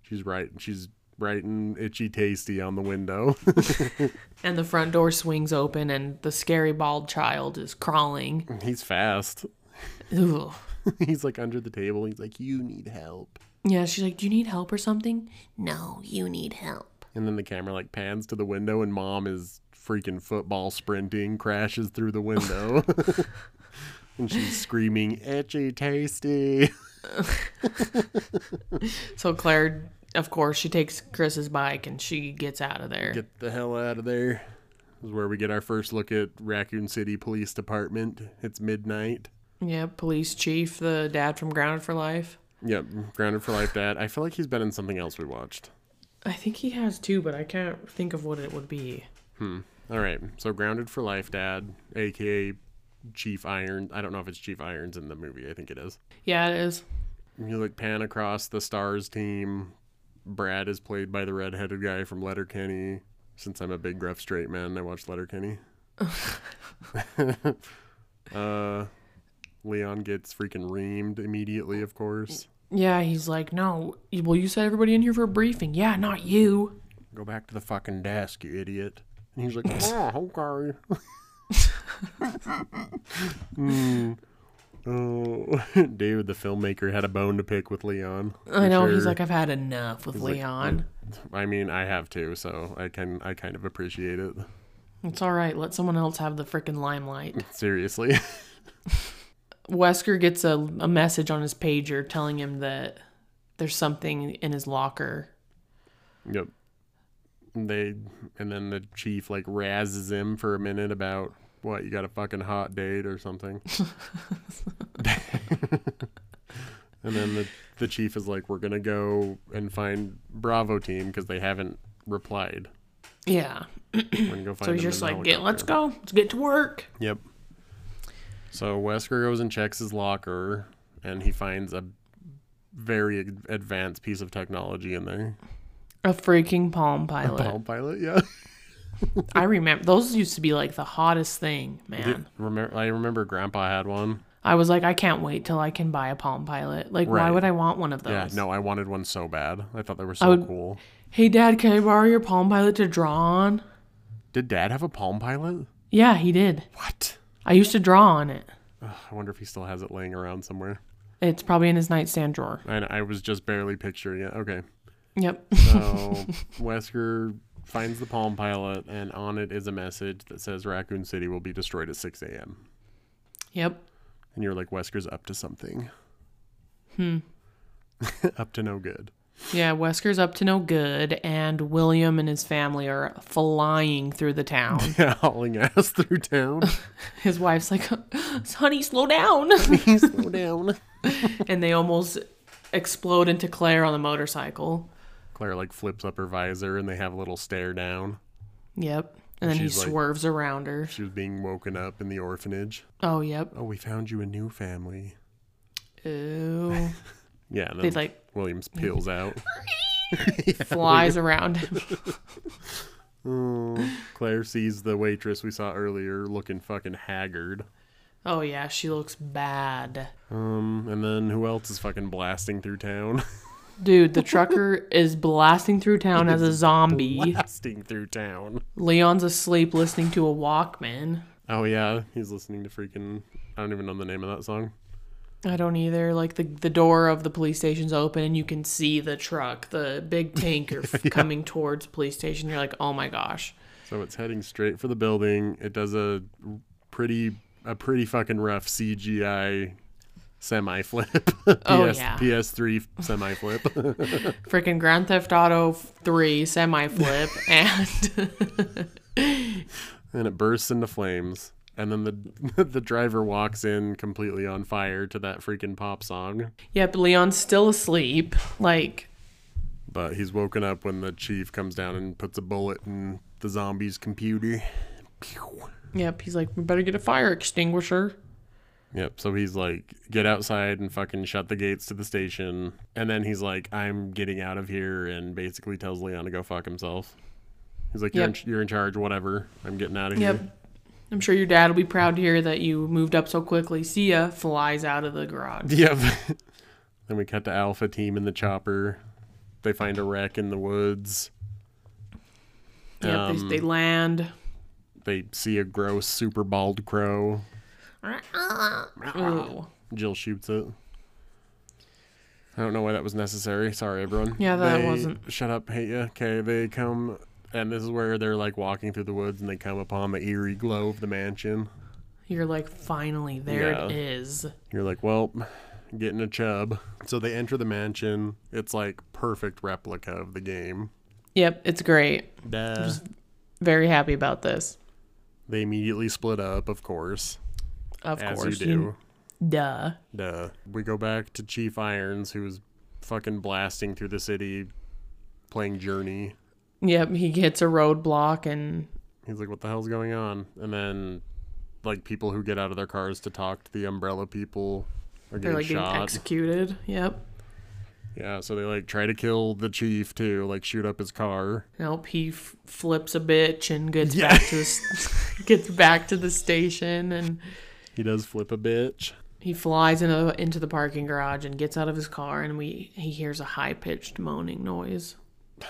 Speaker 1: She's right. She's writing itchy tasty on the window. (laughs)
Speaker 2: And the front door swings open, and the scary bald child is crawling.
Speaker 1: He's fast. Mm.
Speaker 2: Ugh.
Speaker 1: (laughs) He's like under the table. He's like, "You need help."
Speaker 2: Yeah, she's like, Do you need help or something? No, you need help.
Speaker 1: And then the camera like pans to the window, and mom is freaking football sprinting, crashes through the window, (laughs) and she's screaming, "Itchy tasty." (laughs)
Speaker 2: So Claire, of course, she takes Chris's bike and she gets out of there.
Speaker 1: Get the hell out of there. This is where we get our first look at Raccoon City Police Department. It's midnight.
Speaker 2: yeah, police chief, the dad from Grounded for Life.
Speaker 1: Yep, grounded for life, Dad. I feel like he's been in something else we watched.
Speaker 2: I think he has two, but I can't think of what it would be.
Speaker 1: All right, so grounded for life, Dad, aka Chief Irons. I don't know if it's Chief Irons in the movie. I think it is.
Speaker 2: Yeah, it is.
Speaker 1: You look pan across the stars team. Brad is played by the redheaded guy from Letterkenny. Since I'm a big gruff straight man, I watch
Speaker 2: (laughs)
Speaker 1: Letterkenny. (laughs) uh, Leon gets freaking reamed immediately, of course.
Speaker 2: Yeah, he's like, no. Well, you said everybody in here for a briefing. Yeah, not you.
Speaker 1: Go back to the fucking desk, you idiot. And
Speaker 2: (laughs)
Speaker 1: he's like, oh, okay. (laughs) Hmm. Oh, (laughs) David, the filmmaker, had a bone to pick with Leon.
Speaker 2: I know.
Speaker 1: He's
Speaker 2: He's
Speaker 1: like.
Speaker 2: like, I've had enough with
Speaker 1: like,
Speaker 2: Leon.
Speaker 1: I mean, I have to, so I can I kind of appreciate it.
Speaker 2: it's all right. Let someone else have the freaking limelight.
Speaker 1: Seriously. (laughs)
Speaker 2: Wesker gets a, a message on his pager telling him that there's something in his locker.
Speaker 1: yep. They and then the chief like razzes him for a minute about what you got a fucking hot date or
Speaker 2: (laughs)
Speaker 1: something. (laughs) and then the the chief is like, "We're gonna go and find Bravo team because they haven't replied.
Speaker 2: Yeah.
Speaker 1: We're gonna go find."
Speaker 2: So he's
Speaker 1: them in
Speaker 2: just
Speaker 1: the
Speaker 2: like, get, let's
Speaker 1: helicopter."
Speaker 2: go. Let's get to work.
Speaker 1: Yep. So Wesker goes and checks his locker, and he finds a very ad- advanced piece of technology in there.
Speaker 2: A freaking Palm Pilot.
Speaker 1: Palm Pilot, (laughs) yeah.
Speaker 2: I remember those used to be like the hottest thing, man.
Speaker 1: Remember, I remember Grandpa had one.
Speaker 2: I was like, I can't wait till I can buy a Palm Pilot. Like, why
Speaker 1: Right.
Speaker 2: would I want one of those?
Speaker 1: Yeah, no, I wanted one so bad. I thought they were so
Speaker 2: would-
Speaker 1: cool.
Speaker 2: Hey, Dad, can I borrow your Palm Pilot to draw on?
Speaker 1: Did Dad have a Palm Pilot?
Speaker 2: Yeah, he did.
Speaker 1: What?
Speaker 2: I used to draw on it.
Speaker 1: I wonder if he still has it laying around somewhere.
Speaker 2: It's probably in his nightstand drawer.
Speaker 1: I, I was just barely picturing it. Okay.
Speaker 2: Yep.
Speaker 1: So Wesker finds the Palm Pilot, and on it is a message that says Raccoon City will be destroyed at 6 a.m.
Speaker 2: (laughs) Yep.
Speaker 1: And you're like, Wesker's up to something. Hmm. (laughs) up to no good. (laughs)
Speaker 2: Yeah, Wesker's up to no good, and William and his family are flying through
Speaker 1: (laughs)
Speaker 2: the town.
Speaker 1: Yeah, hauling ass through
Speaker 2: (laughs)
Speaker 1: town.
Speaker 2: His wife's like, (laughs) honey,
Speaker 1: (laughs)
Speaker 2: slow down.
Speaker 1: Slow
Speaker 2: (laughs)
Speaker 1: down.
Speaker 2: and they almost explode into Claire on the motorcycle.
Speaker 1: Claire like flips up her visor and they have a little stare down.
Speaker 2: Yep. And then he
Speaker 1: She's like-
Speaker 2: swerves around her.
Speaker 1: She was being woken up in the orphanage.
Speaker 2: Oh, yep.
Speaker 1: Oh, we found you a new family. Oh.
Speaker 2: Ooh.
Speaker 1: (laughs) Yeah, and
Speaker 2: They
Speaker 1: then
Speaker 2: like (laughs)
Speaker 1: Williams peels out. (laughs)
Speaker 2: flies around (laughs) him.
Speaker 1: Oh, Claire sees the waitress we saw earlier looking fucking haggard.
Speaker 2: Oh yeah, she looks bad.
Speaker 1: Um, and then who else is fucking blasting through town? (laughs)
Speaker 2: Dude, the trucker is blasting through
Speaker 1: (laughs)
Speaker 2: town as a zombie.
Speaker 1: blasting through town.
Speaker 2: Leon's asleep listening to a Walkman.
Speaker 1: Oh yeah, he's listening to freaking. I don't even know the name of that song.
Speaker 2: I don't either. Like the the door of the police station's open and you can see the truck, the
Speaker 1: (laughs)
Speaker 2: big tanker f coming towards police station. You're like, oh my gosh.
Speaker 1: So it's heading straight for the building. It does a pretty a pretty fucking rough CGI semi (laughs) flip.
Speaker 2: Oh,
Speaker 1: PS
Speaker 2: yeah.
Speaker 1: PS3 semi flip.
Speaker 2: Freaking Grand Theft Auto three semi flip
Speaker 1: (laughs)
Speaker 2: and
Speaker 1: (laughs)
Speaker 2: (laughs)
Speaker 1: and it bursts into flames. And then the (laughs) the driver walks in completely on fire to that freaking pop song.
Speaker 2: Yep, Leon's still asleep. Like
Speaker 1: But he's woken up when the chief comes down and puts a bullet in the zombie's computer. Pew.
Speaker 2: Yep, he's like, We better get a fire extinguisher.
Speaker 1: Yep. So he's like, get outside and fucking shut the gates to the station. And then he's like, I'm getting out of here, and basically tells Leon to go fuck himself. He's like, you're,
Speaker 2: Yep.
Speaker 1: in, you're in charge, whatever. I'm getting out of here. (laughs)
Speaker 2: Yep. I'm sure your dad will be proud to hear that you moved up so quickly. Sia flies out of the garage.
Speaker 1: Yep. (laughs) then we cut to Alpha Team in the chopper. They find a wreck in the woods.
Speaker 2: Yep,
Speaker 1: Um,
Speaker 2: they, they land.
Speaker 1: They see a gross, super bald crow. Ah.
Speaker 2: Ooh.
Speaker 1: Jill shoots it. I don't know why that was necessary. Sorry, everyone.
Speaker 2: Yeah, that
Speaker 1: They-
Speaker 2: wasn't-
Speaker 1: Shut up, hate ya. Okay, they come, and this is where they're like walking through the woods, and they come upon the eerie glow of the mansion.
Speaker 2: You're like, finally, there it
Speaker 1: Yeah.
Speaker 2: is.
Speaker 1: You're like, well, getting a chub. So they enter the mansion. It's like perfect replica of the game.
Speaker 2: Yep, it's great.
Speaker 1: Duh.
Speaker 2: Very happy about this.
Speaker 1: They immediately split up, of course,
Speaker 2: Of
Speaker 1: as
Speaker 2: course.
Speaker 1: you do.
Speaker 2: Duh.
Speaker 1: Duh. We go back to Chief Irons, who's fucking blasting through the city, playing Journey.
Speaker 2: Yep, he hits a roadblock and
Speaker 1: He's like, "What the hell's going on?" And then, like, people who get out of their cars to talk to the umbrella people are
Speaker 2: they're
Speaker 1: getting
Speaker 2: like getting
Speaker 1: shot.
Speaker 2: executed. Yep.
Speaker 1: yeah, so they like try to kill the chief too, like shoot up his car.
Speaker 2: Nope, he f- flips a bitch and gets
Speaker 1: Yeah.
Speaker 2: back to the
Speaker 1: (laughs)
Speaker 2: st- (laughs) gets back to the station and
Speaker 1: He does flip a bitch.
Speaker 2: he flies in a, into the parking garage and gets out of his car and we he hears a high pitched moaning noise.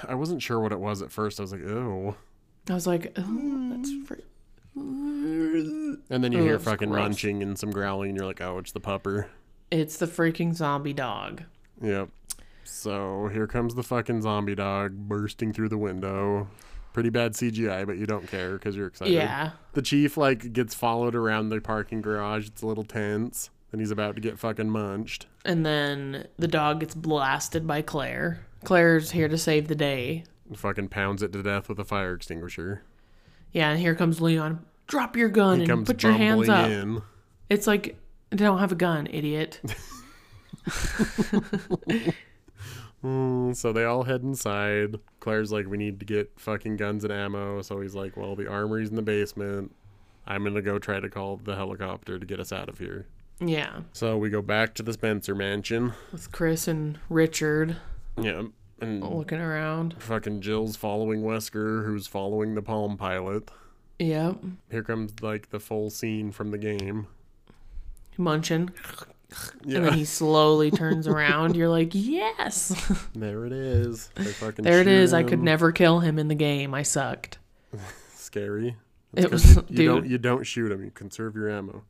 Speaker 1: I wasn't sure what it was at first. I was like, "Ew."
Speaker 2: I was like, oh, that's
Speaker 1: Hmm.
Speaker 2: fr-
Speaker 1: And then you hear
Speaker 2: that's
Speaker 1: fucking
Speaker 2: gross.
Speaker 1: munching and some growling, and you're like, "Oh, it's the pupper."
Speaker 2: it's the freaking zombie dog.
Speaker 1: Yep. So here comes the fucking zombie dog bursting through the window. Pretty bad CGI, but you don't care because you're excited.
Speaker 2: Yeah.
Speaker 1: The chief like gets followed around the parking garage. It's a little tense, and he's about to get fucking munched.
Speaker 2: And then the dog gets blasted by Claire. Claire's here to save the day.
Speaker 1: And fucking pounds it to death with a fire extinguisher.
Speaker 2: Yeah, and here comes Leon. Drop your gun and
Speaker 1: Comes
Speaker 2: put your hands
Speaker 1: bumbling
Speaker 2: up.
Speaker 1: in.
Speaker 2: It's like they don't have a gun, idiot. (laughs)
Speaker 1: Mm, So they all head inside. Claire's like, "We need to get fucking guns and ammo." So he's like, "Well, the armory's in the basement. I'm gonna go try to call the helicopter to get us out of here."
Speaker 2: yeah,
Speaker 1: So we go back to the Spencer mansion.
Speaker 2: with Chris and Richard
Speaker 1: Yeah, and
Speaker 2: looking around.
Speaker 1: fucking Jill's following Wesker, who's following the Palm Pilot.
Speaker 2: Yep,
Speaker 1: Here comes like the full scene from the game.
Speaker 2: munching, and
Speaker 1: Yeah,
Speaker 2: then he slowly turns around. You're like, yes,
Speaker 1: (laughs) there it is. They fucking
Speaker 2: there it
Speaker 1: shoot
Speaker 2: is. I could
Speaker 1: him.
Speaker 2: never kill him in the game. I sucked.
Speaker 1: Scary.
Speaker 2: It
Speaker 1: 'Cause
Speaker 2: was, (laughs)
Speaker 1: you, you don't
Speaker 2: dude,
Speaker 1: you don't shoot him. You conserve your ammo.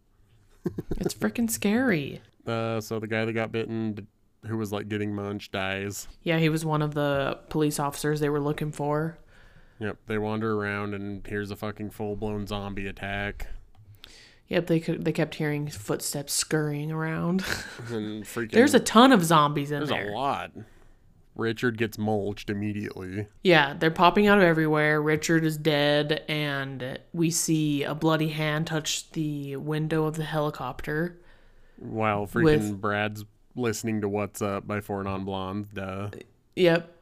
Speaker 2: it's freaking scary.
Speaker 1: Uh, so the guy that got bitten, d- who was like getting munched, dies.
Speaker 2: Yeah, he was one of the police officers they were looking for.
Speaker 1: Yep. They wander around and here's a fucking full blown zombie attack.
Speaker 2: Yep, they could, they kept hearing footsteps scurrying around. (laughs)
Speaker 1: And freaking
Speaker 2: There's a ton of zombies in
Speaker 1: there's
Speaker 2: there.
Speaker 1: a lot. Richard gets mulched immediately.
Speaker 2: Yeah, they're popping out of everywhere. Richard is dead, and we see a bloody hand touch the window of the helicopter.
Speaker 1: While freaking Brad's listening to "What's Up" by Four Non Blondes,
Speaker 2: (laughs)
Speaker 1: duh,
Speaker 2: Yep.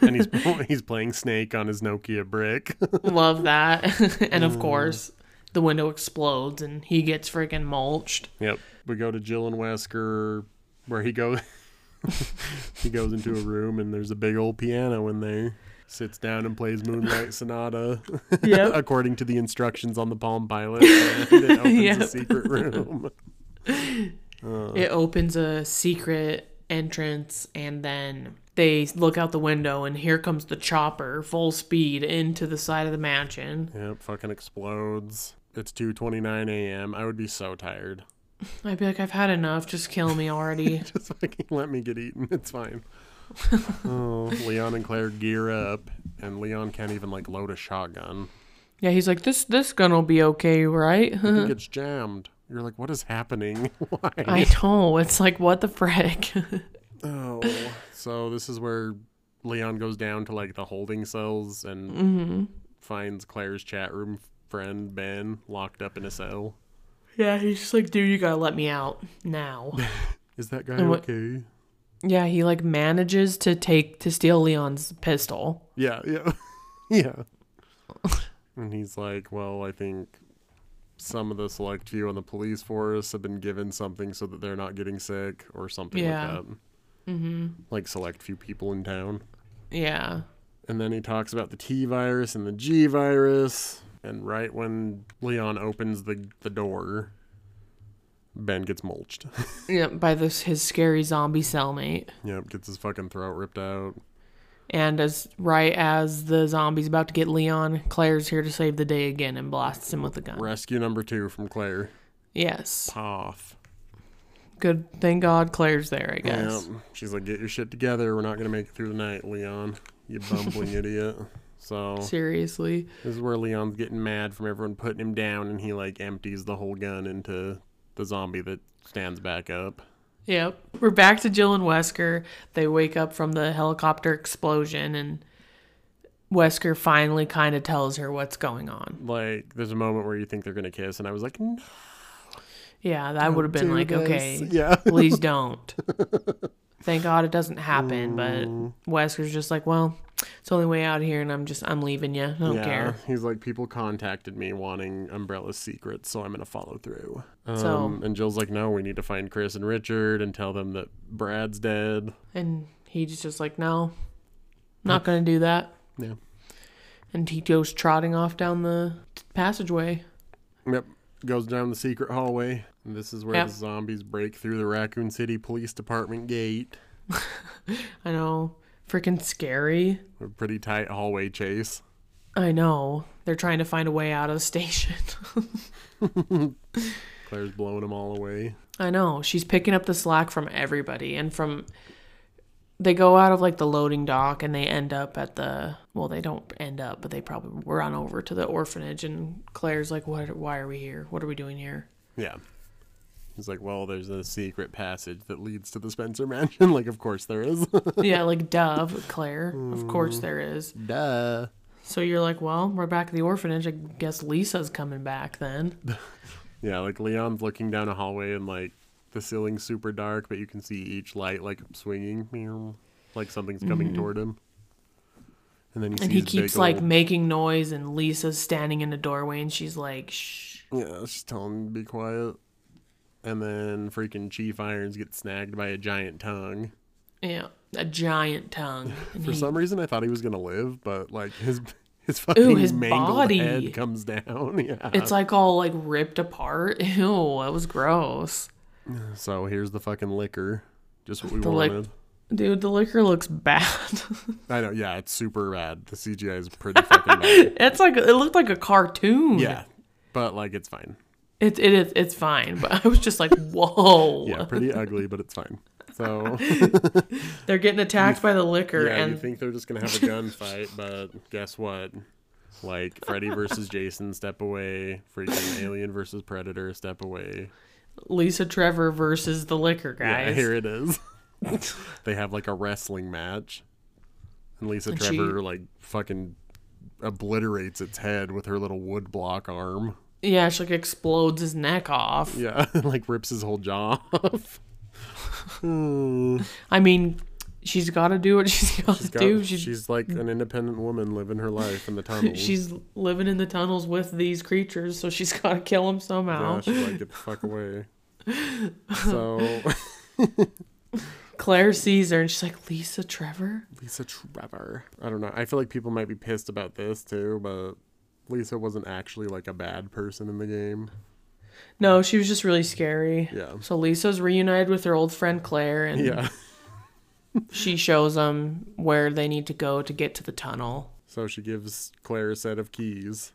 Speaker 1: and he's (laughs) he's playing Snake on his Nokia brick.
Speaker 2: Love that. (laughs) and of course, the window explodes and he gets freaking mulched.
Speaker 1: yep. We go to Jill and Wesker, where he goes. (laughs) he goes into a room and there's a big old piano in there. Sits down and plays Moonlight Sonata, (laughs)
Speaker 2: Yep.
Speaker 1: according to the instructions on the Palm Pilot. And it
Speaker 2: (laughs)
Speaker 1: opens
Speaker 2: Yep.
Speaker 1: a secret room.
Speaker 2: it opens a secret entrance and then they look out the window and here comes the chopper full speed into the side of the mansion.
Speaker 1: Yep, fucking explodes. It's 2:29 a.m. I would be so tired. (laughs)
Speaker 2: I'd be like, I've had enough. Just kill me already.
Speaker 1: Just fucking let me get eaten. It's
Speaker 2: (laughs)
Speaker 1: fine. oh, Leon and Claire gear up, and Leon can't even like load a shotgun.
Speaker 2: yeah, he's like, this this gun'll be okay, right? (laughs)
Speaker 1: I think it's jammed. You're like, what is happening? (laughs) Why?
Speaker 2: Mm-hmm. I know. It's like, what the frick? (laughs)
Speaker 1: Oh, so this is where Leon goes down to like the holding cells and
Speaker 2: Mm-hmm.
Speaker 1: finds Claire's chat room friend Ben locked up in a cell.
Speaker 2: yeah, he's just like, dude, you gotta let me out now.
Speaker 1: Is that guy
Speaker 2: And what-
Speaker 1: okay?
Speaker 2: (laughs) yeah, he like manages to take to steal Leon's pistol.
Speaker 1: Yeah, yeah, (laughs)
Speaker 2: (laughs)
Speaker 1: yeah. and he's like, "Well, I think some of the select few on the police force have been given something so that they're not getting sick or something
Speaker 2: Yeah.
Speaker 1: like that." Mm-hmm. Like select few people in town.
Speaker 2: Yeah.
Speaker 1: And then he talks about the T virus and the G virus. And right when Leon opens the, the door, Ben gets mulched. (laughs)
Speaker 2: Yeah, by this his scary zombie cellmate.
Speaker 1: yep, gets his fucking throat ripped out.
Speaker 2: And as right as the zombie's about to get Leon, Claire's here to save the day again and blasts him with a gun.
Speaker 1: Rescue number two from Claire.
Speaker 2: Yes.
Speaker 1: Off.
Speaker 2: Good thank God Claire's there, I guess.
Speaker 1: Yep. She's like, get your shit together. We're not going to make it through the night, Leon. You bumbling idiot. So
Speaker 2: Seriously.
Speaker 1: this is where Leon's getting mad from everyone putting him down and he like empties the whole gun into the zombie that stands back up.
Speaker 2: Yep. We're back to Jill and Wesker. They wake up from the helicopter explosion and Wesker finally kind of tells her what's going on.
Speaker 1: Like there's a moment where you think they're going to kiss and I was like, no.
Speaker 2: Yeah, that would have been
Speaker 1: do
Speaker 2: like,
Speaker 1: this. (laughs)
Speaker 2: okay,
Speaker 1: Yeah.
Speaker 2: please don't. Thank God it doesn't happen,
Speaker 1: Mm.
Speaker 2: but Wesker's just like, well, it's the only way out of here, and I'm just, I'm leaving you. I don't
Speaker 1: yeah.
Speaker 2: care.
Speaker 1: He's like, people contacted me wanting Umbrella's secrets, so I'm gonna follow through. Um,
Speaker 2: So-
Speaker 1: and Jill's like, no, we need to find Chris and Richard and tell them that Brad's dead.
Speaker 2: And he's just like, no, not gonna do that.
Speaker 1: Yeah.
Speaker 2: And he goes trotting off down the passageway.
Speaker 1: Yep. Goes down the secret hallway. And this is where
Speaker 2: Yep.
Speaker 1: the zombies break through the Raccoon City Police Department gate.
Speaker 2: I know, freaking scary.
Speaker 1: A pretty tight hallway chase.
Speaker 2: I know. They're trying to find a way out of the (laughs) station.
Speaker 1: Claire's blowing them all away.
Speaker 2: I know. She's picking up the slack from everybody and from they go out of like the loading dock and they end up at the well they don't end up but they probably were on over to the orphanage and Claire's like what why are we here? What are we doing here?
Speaker 1: Yeah. He's like, well, there's a secret passage that leads to the Spencer Mansion. (laughs) like, of course there is.
Speaker 2: yeah, like dove, Claire. Of course there is.
Speaker 1: Duh.
Speaker 2: So you're like, well, we're back at the orphanage. I guess Lisa's coming back then.
Speaker 1: Yeah, like Leon's looking down a hallway and like the ceiling's super dark, but you can see each light like swinging, meow, like something's coming toward him. And then he
Speaker 2: Mm-hmm. And
Speaker 1: sees
Speaker 2: he keeps
Speaker 1: big
Speaker 2: like
Speaker 1: ol-
Speaker 2: making noise and Lisa's standing in the doorway and she's like, "Shh."
Speaker 1: yeah, she's telling him to be quiet. And then freaking Chief Irons gets snagged by a giant tongue.
Speaker 2: Yeah, a
Speaker 1: (laughs)
Speaker 2: giant tongue. And
Speaker 1: For
Speaker 2: he-
Speaker 1: some reason, I thought he was gonna live, but like his (laughs) his fucking
Speaker 2: his
Speaker 1: mangled
Speaker 2: body.
Speaker 1: head comes down. (laughs) Yeah.
Speaker 2: It's like all like ripped apart. (laughs) Ew, that was gross.
Speaker 1: so here's the fucking liquor, just what we
Speaker 2: The lic-
Speaker 1: wanted.
Speaker 2: Dude, the liquor looks bad. (laughs)
Speaker 1: I know. Yeah, it's super rad. The CGI is pretty fucking bad.
Speaker 2: it's like it looked like a cartoon.
Speaker 1: Yeah, but like it's fine.
Speaker 2: It it is it's fine, but I was
Speaker 1: (laughs)
Speaker 2: just like, whoa.
Speaker 1: Yeah, (laughs) pretty ugly, but it's fine. (laughs) So
Speaker 2: They're getting attacked by the liquor
Speaker 1: yeah, you
Speaker 2: and
Speaker 1: think they're just gonna have a gunfight, but guess what? Like Freddy versus Jason, step away. Freaking Alien versus Predator, step away.
Speaker 2: Lisa Trevor versus the liquor
Speaker 1: Yeah,
Speaker 2: guys.
Speaker 1: here it is. (laughs) they have like a wrestling match, and Lisa
Speaker 2: And she-
Speaker 1: Trevor like fucking obliterates its head with her little wood block arm.
Speaker 2: Yeah, she like explodes his neck off.
Speaker 1: Yeah, (laughs) like rips his whole jaw (laughs) off. Hmm.
Speaker 2: I mean, she's gotta do what (laughs) she's gotta
Speaker 1: Got-
Speaker 2: do. She's she's,
Speaker 1: she's like an independent woman living her life in the
Speaker 2: (laughs)
Speaker 1: tunnels.
Speaker 2: living in the tunnels with these creatures, so she's gotta kill them somehow.
Speaker 1: Yeah, she's like, get the fuck away. So (laughs)
Speaker 2: Claire sees her and she's like, Lisa Trevor?
Speaker 1: Lisa Trevor. I don't know. I feel like people might be pissed about this too, but Lisa wasn't actually like a bad person in the game.
Speaker 2: No, she was just really scary.
Speaker 1: Yeah.
Speaker 2: Hmm. So Lisa's reunited with her old friend Claire and
Speaker 1: Yeah.
Speaker 2: she shows them where they need to go to get to the tunnel.
Speaker 1: (laughs) So she gives Claire a set of keys,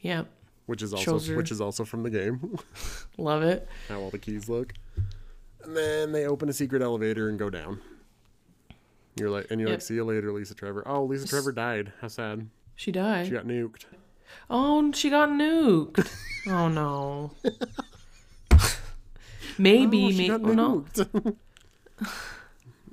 Speaker 2: Yep.
Speaker 1: which is also
Speaker 2: Shows her.
Speaker 1: which is also from the game. (laughs)
Speaker 2: Love it.
Speaker 1: How all the keys look. And then they open a secret elevator and go down. You're like, and you're
Speaker 2: Yep.
Speaker 1: like, see you later, Lisa Trevor. Oh, Lisa Trevor died. How sad.
Speaker 2: She died.
Speaker 1: She got nuked.
Speaker 2: oh, and she
Speaker 1: (laughs)
Speaker 2: got nuked. oh no. maybe,
Speaker 1: oh, she
Speaker 2: maybe.
Speaker 1: got
Speaker 2: Oh, no.
Speaker 1: nuked.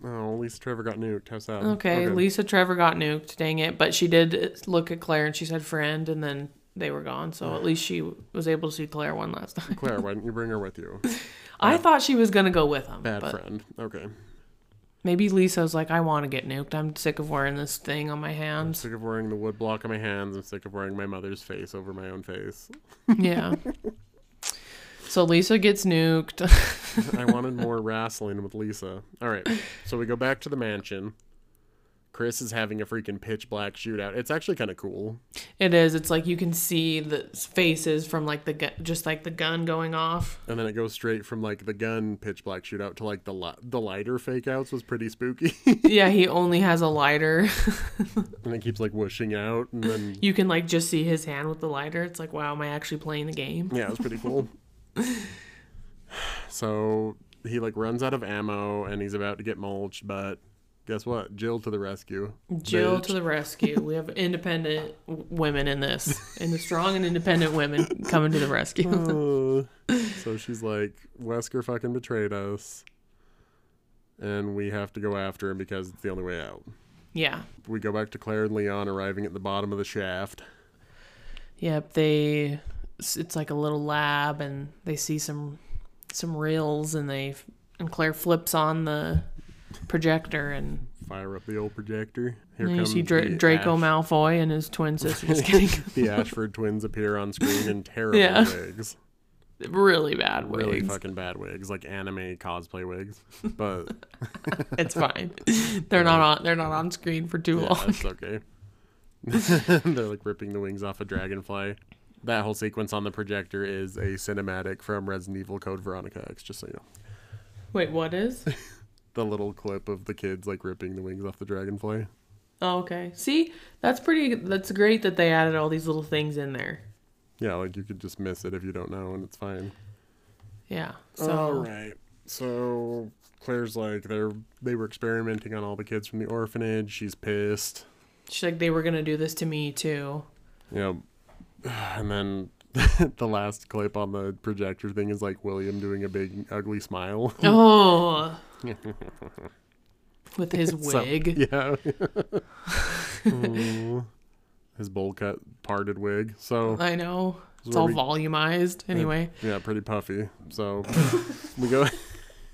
Speaker 1: oh, Lisa Trevor got nuked. How sad.
Speaker 2: Okay,
Speaker 1: Oh, good.
Speaker 2: Lisa Trevor got nuked. Dang it! But she did look at Claire and she said "friend," and then they were gone. So at least she was able to see Claire one last time.
Speaker 1: Claire, why didn't you bring her with
Speaker 2: (laughs)
Speaker 1: you?
Speaker 2: I thought she was gonna go with them,
Speaker 1: Bad
Speaker 2: but
Speaker 1: friend. Okay.
Speaker 2: maybe Lisa's like, "I want to get nuked. I'm sick of wearing this thing on my hands."
Speaker 1: Sick of wearing the wood block on my hands. I'm sick of wearing my mother's face over my own face.
Speaker 2: yeah. So Lisa gets nuked. (laughs)
Speaker 1: I wanted more wrestling with Lisa. All right, so we go back to the mansion. Chris is having a freaking pitch black shootout. It's actually kind of cool.
Speaker 2: It is. It's like you can see the faces from like the gun, just like the gun going off.
Speaker 1: And then it goes straight from like the gun pitch black shootout to like the li- the lighter fake outs was pretty spooky. (laughs)
Speaker 2: yeah, he only has a lighter. (laughs)
Speaker 1: and it keeps like whooshing out, and then
Speaker 2: you can like just see his hand with the lighter. It's like, wow, am I actually playing the game?
Speaker 1: yeah, it was pretty cool. (laughs) So he like runs out of ammo and he's about to get mulched, but guess what? Jill to the rescue.
Speaker 2: Jill
Speaker 1: Bitch.
Speaker 2: to the rescue. We have independent w- women in this, and the strong and independent women coming to the rescue.
Speaker 1: Uh, so she's like, Wesker fucking betrayed us. And we have to go after him because it's the only way out.
Speaker 2: (laughs) yeah.
Speaker 1: We go back to Claire and Leon arriving at the bottom of the shaft.
Speaker 2: Yep. They. It's it's like a little lab, and they see some some reels, and they and Claire flips on the projector and
Speaker 1: Fire up the old projector. Here
Speaker 2: And you see
Speaker 1: the
Speaker 2: Dra-
Speaker 1: (laughs)
Speaker 2: Draco
Speaker 1: Ash-
Speaker 2: Malfoy and his twin sister. Just kidding.
Speaker 1: (laughs) The Ashford twins appear on screen
Speaker 2: (laughs)
Speaker 1: in terrible
Speaker 2: Yeah.
Speaker 1: wigs.
Speaker 2: really bad wigs.
Speaker 1: Really fucking bad wigs, like anime cosplay wigs.
Speaker 2: (laughs)
Speaker 1: But
Speaker 2: It's fine. They're not on. They're not on screen for too
Speaker 1: yeah,
Speaker 2: long. (laughs)
Speaker 1: that's okay. (laughs) They're like ripping the wings off a dragonfly. That whole sequence on the projector is a cinematic from Resident Evil Code Veronica X, just so you know.
Speaker 2: Wait, what is?
Speaker 1: the little clip of the kids like ripping the wings off the dragonfly.
Speaker 2: Oh, okay. See, that's pretty. That's great that they added all these little things in there.
Speaker 1: Yeah, like you could just miss it if you don't know, and it's fine.
Speaker 2: Yeah. So
Speaker 1: All right. So Claire's like they're they were experimenting on all the kids from the orphanage. She's pissed.
Speaker 2: she's like, they were gonna do this to me too.
Speaker 1: Yep. (sighs) And then (laughs) the last clip on the projector thing is like William doing a big ugly
Speaker 2: (laughs)
Speaker 1: smile.
Speaker 2: Oh. With his
Speaker 1: (laughs) So-
Speaker 2: wig.
Speaker 1: yeah. Ooh. (laughs) His bowl cut parted wig. So
Speaker 2: I know.
Speaker 1: This is
Speaker 2: It's
Speaker 1: where
Speaker 2: all
Speaker 1: we-
Speaker 2: volumized. Anyway.
Speaker 1: Yeah, pretty puffy. So we go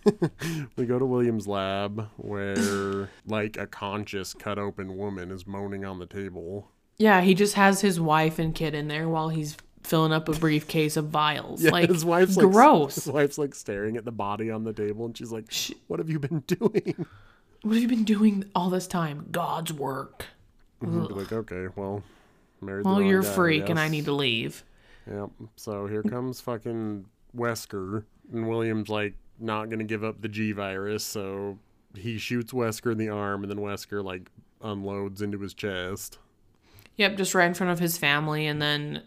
Speaker 1: (laughs) we go to William's lab where like a conscious cut open woman is moaning on the table.
Speaker 2: Yeah, he just has his wife and kid in there while he's filling up a briefcase of vials.
Speaker 1: (laughs) Yeah,
Speaker 2: like
Speaker 1: his wife's like
Speaker 2: gross.
Speaker 1: His wife's like staring at the body on the table and she's like,
Speaker 2: She-
Speaker 1: "What have you been (laughs) doing?"
Speaker 2: What have you been doing all this time? God's work.
Speaker 1: And I'd be like, "Okay, well, married the
Speaker 2: Well,
Speaker 1: wrong
Speaker 2: you're a
Speaker 1: guy, I
Speaker 2: freak and I
Speaker 1: guess."
Speaker 2: need to leave.
Speaker 1: Yep. So here comes fucking Wesker, and William's like not gonna give up the G virus, so he shoots Wesker in the arm, and then Wesker like unloads into his chest.
Speaker 2: Yep, just right in front of his family. And then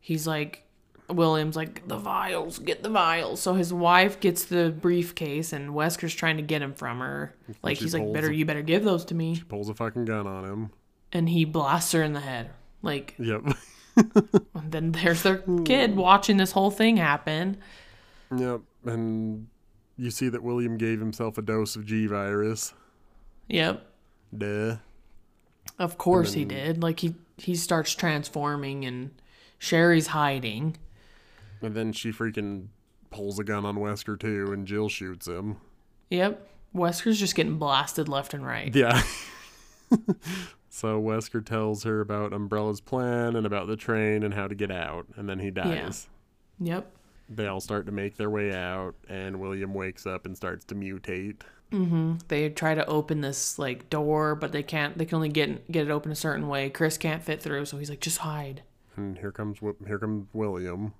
Speaker 2: he's like, William's like, the vials, get the vials. So his wife gets the briefcase and Wesker's trying to get him from her. Like,
Speaker 1: she
Speaker 2: he's like,
Speaker 1: pulls
Speaker 2: better,
Speaker 1: him.
Speaker 2: you better give those to me.
Speaker 1: Pulls a fucking gun on him.
Speaker 2: And he blasts her in the head. Like,
Speaker 1: Yep. (laughs)
Speaker 2: and then there's their kid watching this whole thing happen.
Speaker 1: yep. And you see that William gave himself a dose of G virus.
Speaker 2: Yep.
Speaker 1: Duh.
Speaker 2: Of course he did. Like, he, he starts transforming and Sherry's hiding.
Speaker 1: And then she freaking pulls a gun on Wesker too, and Jill shoots him.
Speaker 2: Yep. Wesker's just getting blasted left and right.
Speaker 1: Yeah. (laughs) so Wesker tells her about Umbrella's plan and about the train and how to get out, and then he dies.
Speaker 2: Yep.
Speaker 1: They all start to make their way out, and William wakes up and starts to mutate.
Speaker 2: They try to open this like door, but they can't. They can only get get it open a certain way. Chris can't fit through, so he's like, "Just hide."
Speaker 1: And here comes Wi- here comes William.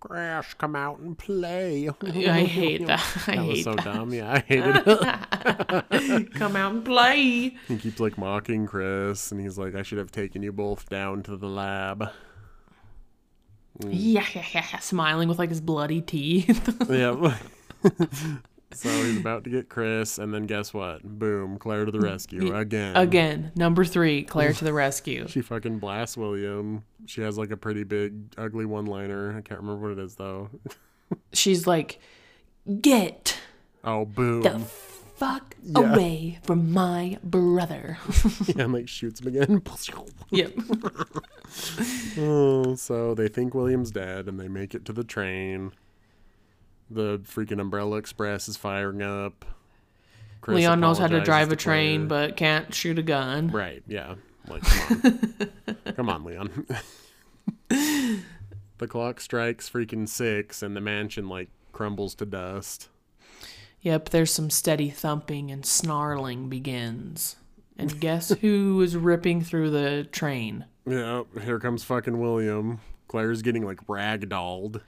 Speaker 1: Crash, come out and play.
Speaker 2: (laughs) I
Speaker 1: (laughs)
Speaker 2: hate that. I
Speaker 1: that was
Speaker 2: hate
Speaker 1: so
Speaker 2: that.
Speaker 1: dumb. Yeah, I hated
Speaker 2: (laughs)
Speaker 1: it.
Speaker 2: Come out and play.
Speaker 1: he keeps like mocking Chris, and he's like, "I should have taken you both down to the lab." Mm.
Speaker 2: Yeah, yeah, yeah, yeah. Smiling with like his bloody teeth. (laughs)
Speaker 1: Yeah. so he's about to get Chris, and then guess what? Boom! Claire to the rescue again.
Speaker 2: Again, number three, Claire to the rescue.
Speaker 1: She fucking blasts William. She has like a pretty big, ugly one-liner. I can't remember what it is though.
Speaker 2: She's like, get
Speaker 1: Oh, boom!
Speaker 2: the fuck away from my
Speaker 1: (laughs)
Speaker 2: brother.
Speaker 1: Yeah, (laughs) and like shoots him again. (laughs)
Speaker 2: yep.
Speaker 1: Oh, so they think William's dead and they make it to the train. The freaking Umbrella Express is firing up. Chris
Speaker 2: Leon knows how to
Speaker 1: apologizes
Speaker 2: drive a train,
Speaker 1: Claire.
Speaker 2: but can't shoot a gun.
Speaker 1: Right, yeah. Like, come
Speaker 2: (laughs)
Speaker 1: on. come on, Leon. (laughs) the clock strikes freaking six and the mansion, like, crumbles to dust.
Speaker 2: Yep, there's some steady thumping and snarling begins. And guess who is ripping through the train?
Speaker 1: Yeah, here comes fucking William. Claire's getting, like, ragdolled.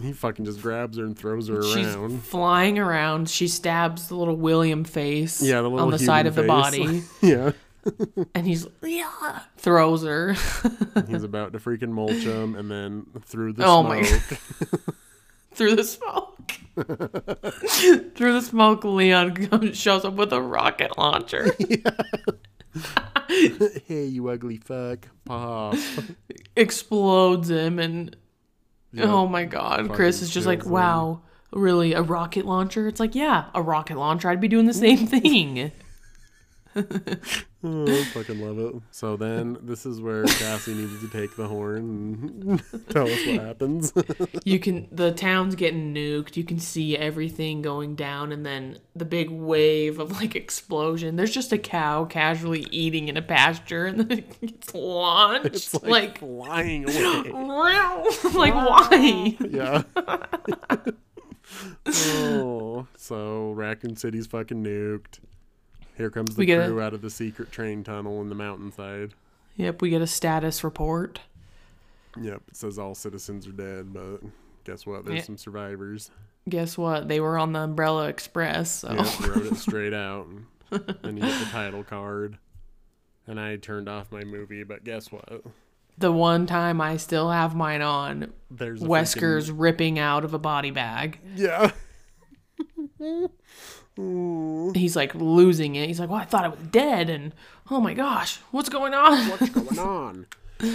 Speaker 1: He fucking just grabs her and throws her
Speaker 2: She's
Speaker 1: around.
Speaker 2: (laughs) flying around. She stabs the little William face
Speaker 1: Yeah, the little
Speaker 2: on the side
Speaker 1: human
Speaker 2: of the
Speaker 1: face. (laughs)
Speaker 2: body.
Speaker 1: yeah.
Speaker 2: and he's yeah, throws her.
Speaker 1: He's about to freaking mulch him, and then through the
Speaker 2: Oh my- (laughs)
Speaker 1: smoke,
Speaker 2: through the smoke. (laughs) through the smoke, Leon (laughs) comes, shows up with a rocket launcher.
Speaker 1: hey, you ugly fuck, pop.
Speaker 2: explodes him and oh my god chris
Speaker 1: Fucking
Speaker 2: is just like
Speaker 1: kills him.
Speaker 2: wow really a rocket launcher it's like yeah a rocket launcher i'd be doing the same thing
Speaker 1: Oh, I fucking love it. So then, this is where Cassie needs to take the horn and (laughs) tell us what happens. (laughs)
Speaker 2: you can the town's getting nuked you can see everything going down and then the big wave of like explosion there's just a cow casually eating in a pasture and (laughs) then it gets launched like, (gasps)
Speaker 1: flying away.
Speaker 2: wow. like (laughs) why (laughs)
Speaker 1: yeah. oh, so Raccoon City's fucking nuked. Here comes the
Speaker 2: We get
Speaker 1: crew out of the secret train tunnel in the mountainside.
Speaker 2: yep we get a status report
Speaker 1: Yep, it says all citizens are dead, but guess what? There's
Speaker 2: Yeah.
Speaker 1: some
Speaker 2: (laughs)
Speaker 1: survivors.
Speaker 2: guess what they were on the umbrella express so
Speaker 1: Yeah, wrote it straight out. Then you get the title card. And I turned off my movie, but guess what?
Speaker 2: (laughs) the one time I still have mine on,
Speaker 1: There's a
Speaker 2: Wesker's ripping out of a body bag.
Speaker 1: freaking- yeah.
Speaker 2: He's like losing it. He's like, "Well, I thought I was dead," and oh my gosh, what's going on?
Speaker 1: What's going on? (laughs)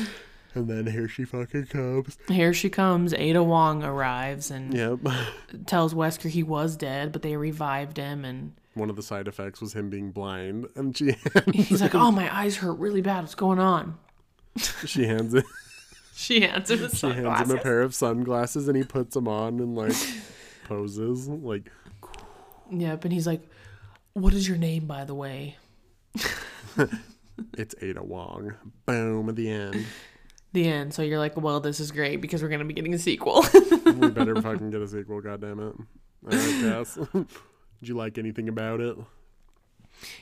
Speaker 1: And then here she fucking comes.
Speaker 2: (laughs) Here she comes. Ada Wong arrives and
Speaker 1: Yep. (laughs)
Speaker 2: tells Wesker he was dead, but they revived
Speaker 1: (laughs)
Speaker 2: him. And
Speaker 1: One of the side effects was him being blind, and she (laughs)
Speaker 2: he's like, "Oh, my eyes hurt really bad. What's going on?"
Speaker 1: she hands it
Speaker 2: She hands him his
Speaker 1: hands him a
Speaker 2: sunglasses.
Speaker 1: pair of sunglasses, and he puts them on and like poses like
Speaker 2: Yep, and he's like, "What is your name, by the way?"
Speaker 1: it's Ada Wong. Boom at the end.
Speaker 2: The end. So you're like, "Well, this is great because we're gonna be getting a sequel." (laughs)
Speaker 1: We better fucking get a sequel, goddammit. Alright, Cass. (laughs) Did you like anything about it?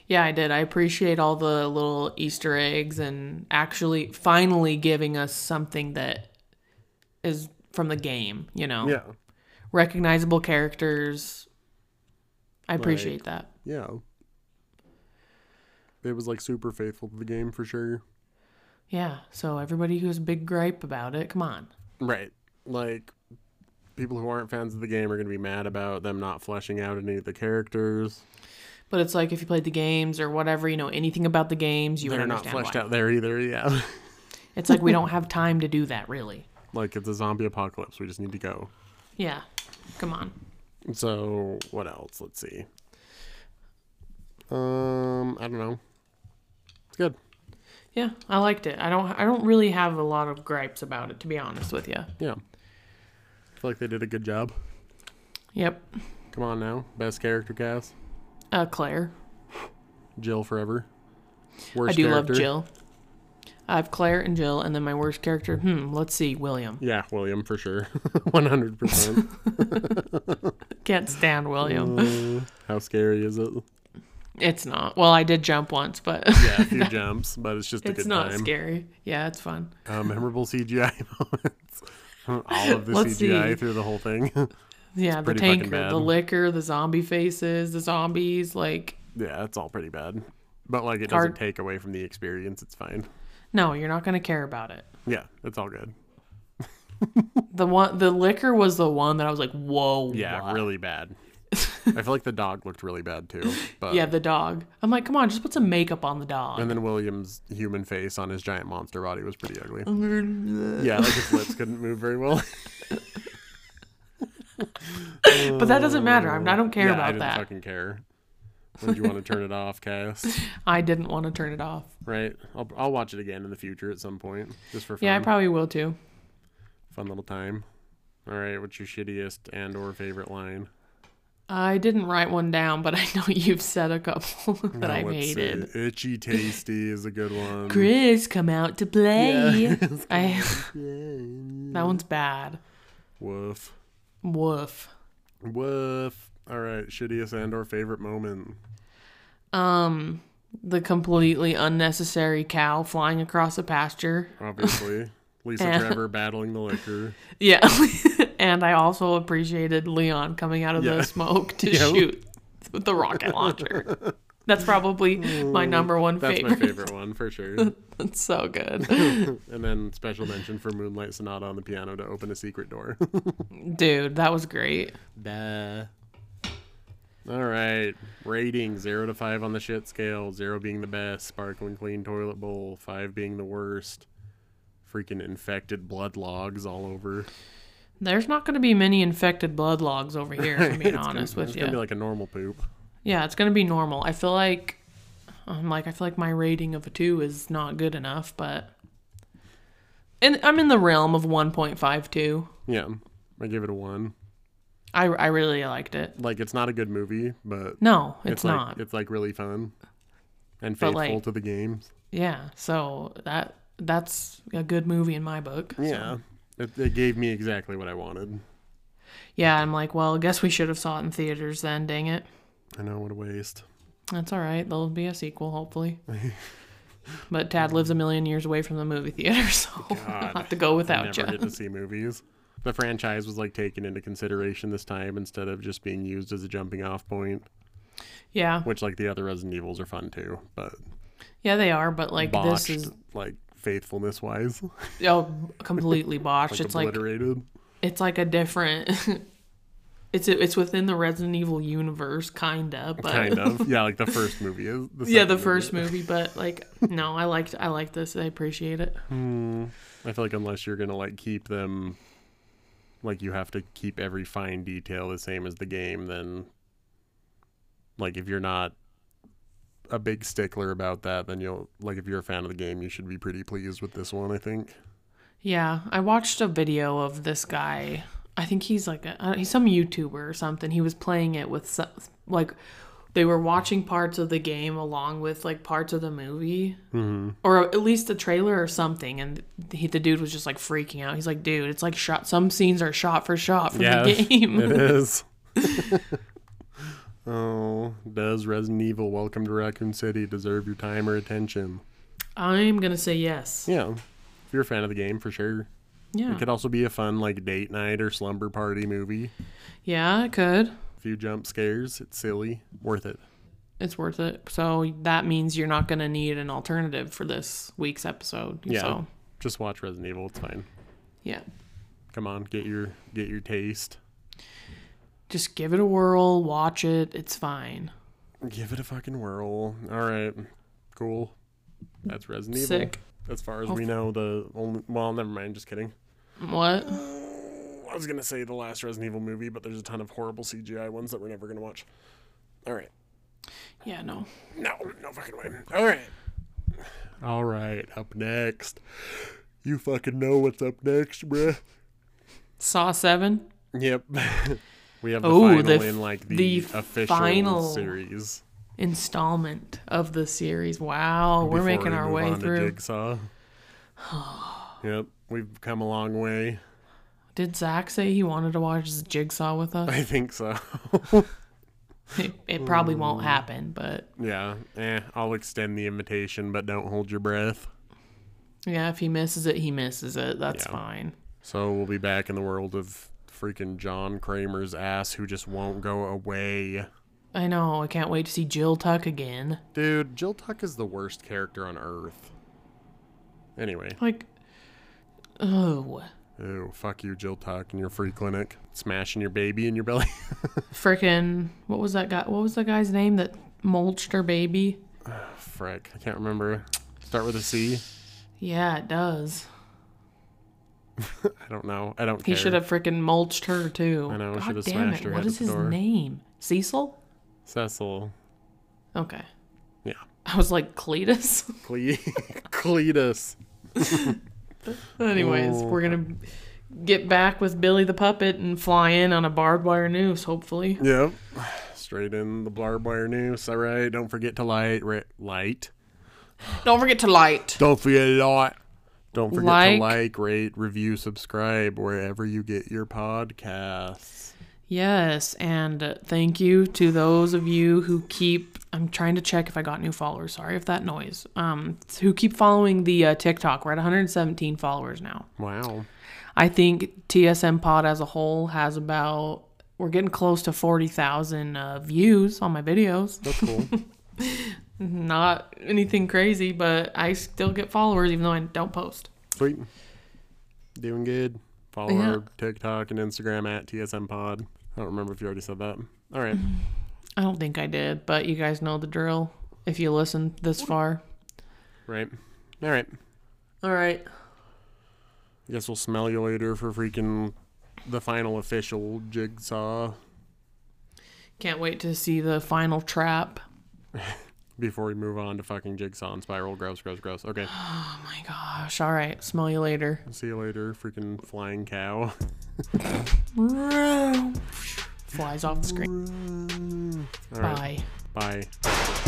Speaker 2: Yeah, I did. I appreciate all the little Easter eggs and actually finally giving us something that is from the game, you know?
Speaker 1: Yeah.
Speaker 2: Recognizable characters. I appreciate that.
Speaker 1: Yeah. It was like super faithful to the game for sure.
Speaker 2: Yeah. So everybody who has a big gripe about it, come on.
Speaker 1: Right. Like people who aren't fans of the game are gonna be mad about them not fleshing out any of the characters.
Speaker 2: But it's like if you played the games or whatever, you know, anything about the games, you
Speaker 1: They're
Speaker 2: would
Speaker 1: not
Speaker 2: understand
Speaker 1: fleshed
Speaker 2: why.
Speaker 1: out there either, yeah. (laughs)
Speaker 2: It's like we don't have time to do that, really.
Speaker 1: like it's a zombie apocalypse, we just need to go.
Speaker 2: Yeah. Come on.
Speaker 1: So what else? Let's see. Um, I don't know. It's good.
Speaker 2: Yeah, I liked it. I don't I don't really have a lot of gripes about it to be honest with you.
Speaker 1: Yeah. I feel like they did a good job.
Speaker 2: Yep.
Speaker 1: Come on now. Best character cast.
Speaker 2: Uh Claire.
Speaker 1: Jill forever. Worst
Speaker 2: I do
Speaker 1: character.
Speaker 2: love Jill. I have Claire and Jill, and then my worst character. Hmm. Let's see, William.
Speaker 1: Yeah, William for sure. (laughs)
Speaker 2: (laughs)
Speaker 1: 100%.
Speaker 2: Can't stand William.
Speaker 1: Mm. How scary is it?
Speaker 2: (laughs) It's not. Well, I did jump once, but (laughs)
Speaker 1: Yeah, a few jumps, but it's just a
Speaker 2: it's
Speaker 1: good
Speaker 2: not
Speaker 1: time.
Speaker 2: scary. Yeah, it's fun.
Speaker 1: Uh, memorable CGI (laughs) moments. All of the
Speaker 2: Let's
Speaker 1: CGI
Speaker 2: see.
Speaker 1: through the whole thing. (laughs)
Speaker 2: yeah, the
Speaker 1: pretty fucking
Speaker 2: tanker,
Speaker 1: bad.
Speaker 2: the liquor, the zombie faces, the zombies. Like,
Speaker 1: yeah, it's all pretty bad. But like it doesn't
Speaker 2: Hard-
Speaker 1: take away from the experience. It's fine.
Speaker 2: no, you're not gonna care about it.
Speaker 1: Yeah, it's all good.
Speaker 2: The one, the liquor was the one that I was like, whoa.
Speaker 1: Yeah,
Speaker 2: what?
Speaker 1: really
Speaker 2: (laughs)
Speaker 1: bad. I feel like the dog looked really bad too. But
Speaker 2: Yeah, the dog. I'm like, come on, just put some makeup on the dog.
Speaker 1: and then William's human face on his giant monster body was pretty ugly. Yeah, like his lips couldn't move very
Speaker 2: (laughs)
Speaker 1: well.
Speaker 2: But that doesn't matter. I'm, I don't care
Speaker 1: yeah, I
Speaker 2: about
Speaker 1: didn't
Speaker 2: that.
Speaker 1: fucking care. When do you want to turn it off, Cass?
Speaker 2: (laughs) I didn't want to turn it off.
Speaker 1: Right? I'll, I'll watch it again in the future at some point, just for fun.
Speaker 2: Yeah, I probably will too.
Speaker 1: fun little time. All right, what's your shittiest and or favorite line?
Speaker 2: I didn't write one down, but (laughs) I know you've said a couple (laughs) that I've
Speaker 1: Oh, Let's see.
Speaker 2: hated.
Speaker 1: Itchy tasty is a good one.
Speaker 2: Chris, come out to play.
Speaker 1: Yeah.
Speaker 2: (laughs)
Speaker 1: (laughs)
Speaker 2: I, that one's bad.
Speaker 1: Woof.
Speaker 2: Woof.
Speaker 1: Woof. All right, shittiest and or favorite moment.
Speaker 2: Um, the completely unnecessary cow flying across a pasture. (laughs)
Speaker 1: Obviously, Lisa
Speaker 2: Yeah.
Speaker 1: Trevor battling the
Speaker 2: (laughs)
Speaker 1: liquor.
Speaker 2: Yeah, and I also appreciated Leon coming out of
Speaker 1: Yeah.
Speaker 2: the smoke to
Speaker 1: (laughs) Yeah.
Speaker 2: shoot with the rocket
Speaker 1: (laughs)
Speaker 2: launcher. That's probably my number one
Speaker 1: That's
Speaker 2: favorite.
Speaker 1: my favorite one for sure.
Speaker 2: That's (laughs) so good,
Speaker 1: and then special mention for Moonlight Sonata on the piano to open a secret door. (laughs)
Speaker 2: dude. That was great.
Speaker 1: Duh. All right. Rating zero to five on the shit scale. Zero being the best. Sparkling clean toilet bowl. Five being the worst. Freaking infected blood logs all over.
Speaker 2: There's not going to be many infected blood logs over here.
Speaker 1: (laughs)
Speaker 2: If I'm being honest
Speaker 1: It's
Speaker 2: with you.
Speaker 1: gonna be like a normal poop.
Speaker 2: Yeah, it's gonna be normal. I feel like I'm like I feel like my rating of a two is not good enough, but and I'm in the realm of one point five two.
Speaker 1: Yeah. I give it a one.
Speaker 2: I I really liked it.
Speaker 1: Like it's not a good movie, but
Speaker 2: No, it's,
Speaker 1: like
Speaker 2: not.
Speaker 1: it's like really fun and
Speaker 2: But,
Speaker 1: faithful
Speaker 2: like-
Speaker 1: to the games.
Speaker 2: yeah, so that that's a good movie in my book. so-
Speaker 1: Yeah. It, it gave me exactly what I wanted.
Speaker 2: Yeah, I'm like, well, I guess we should have saw it in theaters then. Dang it.
Speaker 1: I know what a waste.
Speaker 2: That's all right. There'll be a sequel, hopefully. but Tad lives a million years away from the movie theater, (laughs) so I'll have to go without
Speaker 1: never
Speaker 2: you.
Speaker 1: get to see movies. The franchise was like taken into consideration this time instead of just being used as a jumping off point,
Speaker 2: Yeah.
Speaker 1: which like the other Resident Evils are fun too, but
Speaker 2: Yeah, they are, but like
Speaker 1: botched
Speaker 2: this is
Speaker 1: like faithfulness wise, (laughs) like
Speaker 2: oh completely botched. it's like
Speaker 1: obliterated.
Speaker 2: (laughs) it's like a different. (laughs) it's it's within the Resident Evil universe, kind of, but
Speaker 1: kind of. Yeah, like the first movie is. The
Speaker 2: (laughs) yeah, the
Speaker 1: second
Speaker 2: first movie. But like, no, I liked I like this. I appreciate it.
Speaker 1: movie. I feel like unless you're gonna like keep them like you have to keep every fine detail the same as the game, then like if you're not a big stickler about that, then you'll like if you're a fan of the game, you should be pretty pleased with this one, I think.
Speaker 2: Yeah, I watched a video of this guy. I think he's like a, I don't- he's some YouTuber or something. He was playing it with some, like they were watching parts of the game along with like parts of the movie
Speaker 1: Mm-hmm.
Speaker 2: or at least the trailer or something and he the dude was just like freaking out. He's like, "Dude, it's like shot some scenes are shot for shot from (laughs) the
Speaker 1: it (laughs)
Speaker 2: (laughs) game."
Speaker 1: is. oh, does Resident Evil Welcome to Raccoon City deserve your time or attention?
Speaker 2: I'm going to say yes.
Speaker 1: Yeah, if you're a fan of the game, for sure.
Speaker 2: Yeah.
Speaker 1: It could also be a fun like date night or slumber party movie.
Speaker 2: yeah, it could.
Speaker 1: A few jump scares. It's silly. Worth it.
Speaker 2: It's worth it. So that means you're not going to need an alternative for this week's episode.
Speaker 1: Yeah.
Speaker 2: So,
Speaker 1: Just watch Resident Evil. It's fine.
Speaker 2: yeah.
Speaker 1: Come on, get your get your taste.
Speaker 2: just give it a whirl, watch it, it's fine.
Speaker 1: Give it a fucking whirl. All right, cool. That's Resident Evil.
Speaker 2: Sick. Oh.
Speaker 1: As far as we know, the only well, never mind. Just kidding.
Speaker 2: What?
Speaker 1: I was gonna say the last Resident Evil movie, but there's a ton of horrible CGI ones that we're never gonna watch. All right,
Speaker 2: Yeah, no.
Speaker 1: no, no fucking way. All right, all right. Up next, you fucking know what's up next, bruh.
Speaker 2: Saw 7?
Speaker 1: Yep, (laughs) we have the
Speaker 2: Oh,
Speaker 1: final
Speaker 2: the f-
Speaker 1: in like the,
Speaker 2: the
Speaker 1: official
Speaker 2: final
Speaker 1: series.
Speaker 2: Installment of the series. Wow, we're
Speaker 1: before
Speaker 2: making
Speaker 1: we
Speaker 2: our
Speaker 1: move
Speaker 2: way
Speaker 1: on to
Speaker 2: through. (sighs)
Speaker 1: Jigsaw. yep, we've come a long way. (laughs)
Speaker 2: Did Zach say he wanted to watch Jigsaw with
Speaker 1: (laughs)
Speaker 2: us?
Speaker 1: I think so.
Speaker 2: it, it probably
Speaker 1: Mm.
Speaker 2: won't happen, but
Speaker 1: yeah, eh, I'll extend the invitation, but don't hold your breath.
Speaker 2: yeah, if he misses it, he misses it. That's
Speaker 1: Yeah.
Speaker 2: fine.
Speaker 1: So we'll be back in the world of freaking John Kramer's ass who just won't go away.
Speaker 2: I know. I can't wait to see Jill Tuck again.
Speaker 1: Dude, Jill Tuck is the worst character on earth. Anyway.
Speaker 2: Like, oh,
Speaker 1: Ew, fuck you, Jill Tuck, and your free clinic. Smashing your baby in your belly. (laughs)
Speaker 2: frickin' what was that guy? What was the guy's name that mulched her baby?
Speaker 1: Frick. I can't remember. Start with a C.
Speaker 2: Yeah, it does.
Speaker 1: I don't know. I don't
Speaker 2: He
Speaker 1: care.
Speaker 2: should have frickin' mulched her too.
Speaker 1: I know,
Speaker 2: God
Speaker 1: should have
Speaker 2: damn
Speaker 1: smashed
Speaker 2: it.
Speaker 1: her
Speaker 2: What
Speaker 1: head
Speaker 2: is
Speaker 1: at the
Speaker 2: his
Speaker 1: door.
Speaker 2: name? Cecil?
Speaker 1: Cecil.
Speaker 2: Okay. (laughs)
Speaker 1: Yeah.
Speaker 2: I was like Cletus. (laughs)
Speaker 1: Cle- (laughs) Cletus.
Speaker 2: Anyways,
Speaker 1: Oh.
Speaker 2: we're gonna get back with Billy the puppet and fly in on a barbed wire noose, hopefully.
Speaker 1: Yep. Straight in the barbed wire noose. All right. Don't forget to light. Ri- light.
Speaker 2: Don't forget to light.
Speaker 1: Don't forget to light. Don't forget
Speaker 2: Like.
Speaker 1: to like, rate, review, subscribe wherever you get your podcasts.
Speaker 2: Yes, and uh, thank you to those of you who keep. I'm trying to check if I got new followers. Sorry if that noise. Um, who keep following the uh, TikTok? We're at 117 followers now.
Speaker 1: Wow.
Speaker 2: I think TSM Pod as a whole has about. We're getting close to 40,000 uh, views on my videos.
Speaker 1: That's
Speaker 2: (laughs)
Speaker 1: cool.
Speaker 2: Not anything crazy, but I still get followers even though I don't post.
Speaker 1: Sweet. Doing good. Follow
Speaker 2: Yeah.
Speaker 1: our TikTok and Instagram at TSM Pod. I don't remember if you already said that. All right.
Speaker 2: Mm-hmm. I don't think I did, but you guys know the drill if you listen this far.
Speaker 1: Right. All right.
Speaker 2: All right.
Speaker 1: Guess we'll smell you later for freaking the final official jigsaw
Speaker 2: Can't wait to see the final trap.
Speaker 1: before we move on to fucking jigsaw and spiral. Gross, gross, gross. Okay.
Speaker 2: Oh my gosh. All right. Smell you later.
Speaker 1: See you later, freaking flying cow.
Speaker 2: Flies off the screen.
Speaker 1: All right.
Speaker 2: Bye.
Speaker 1: Bye.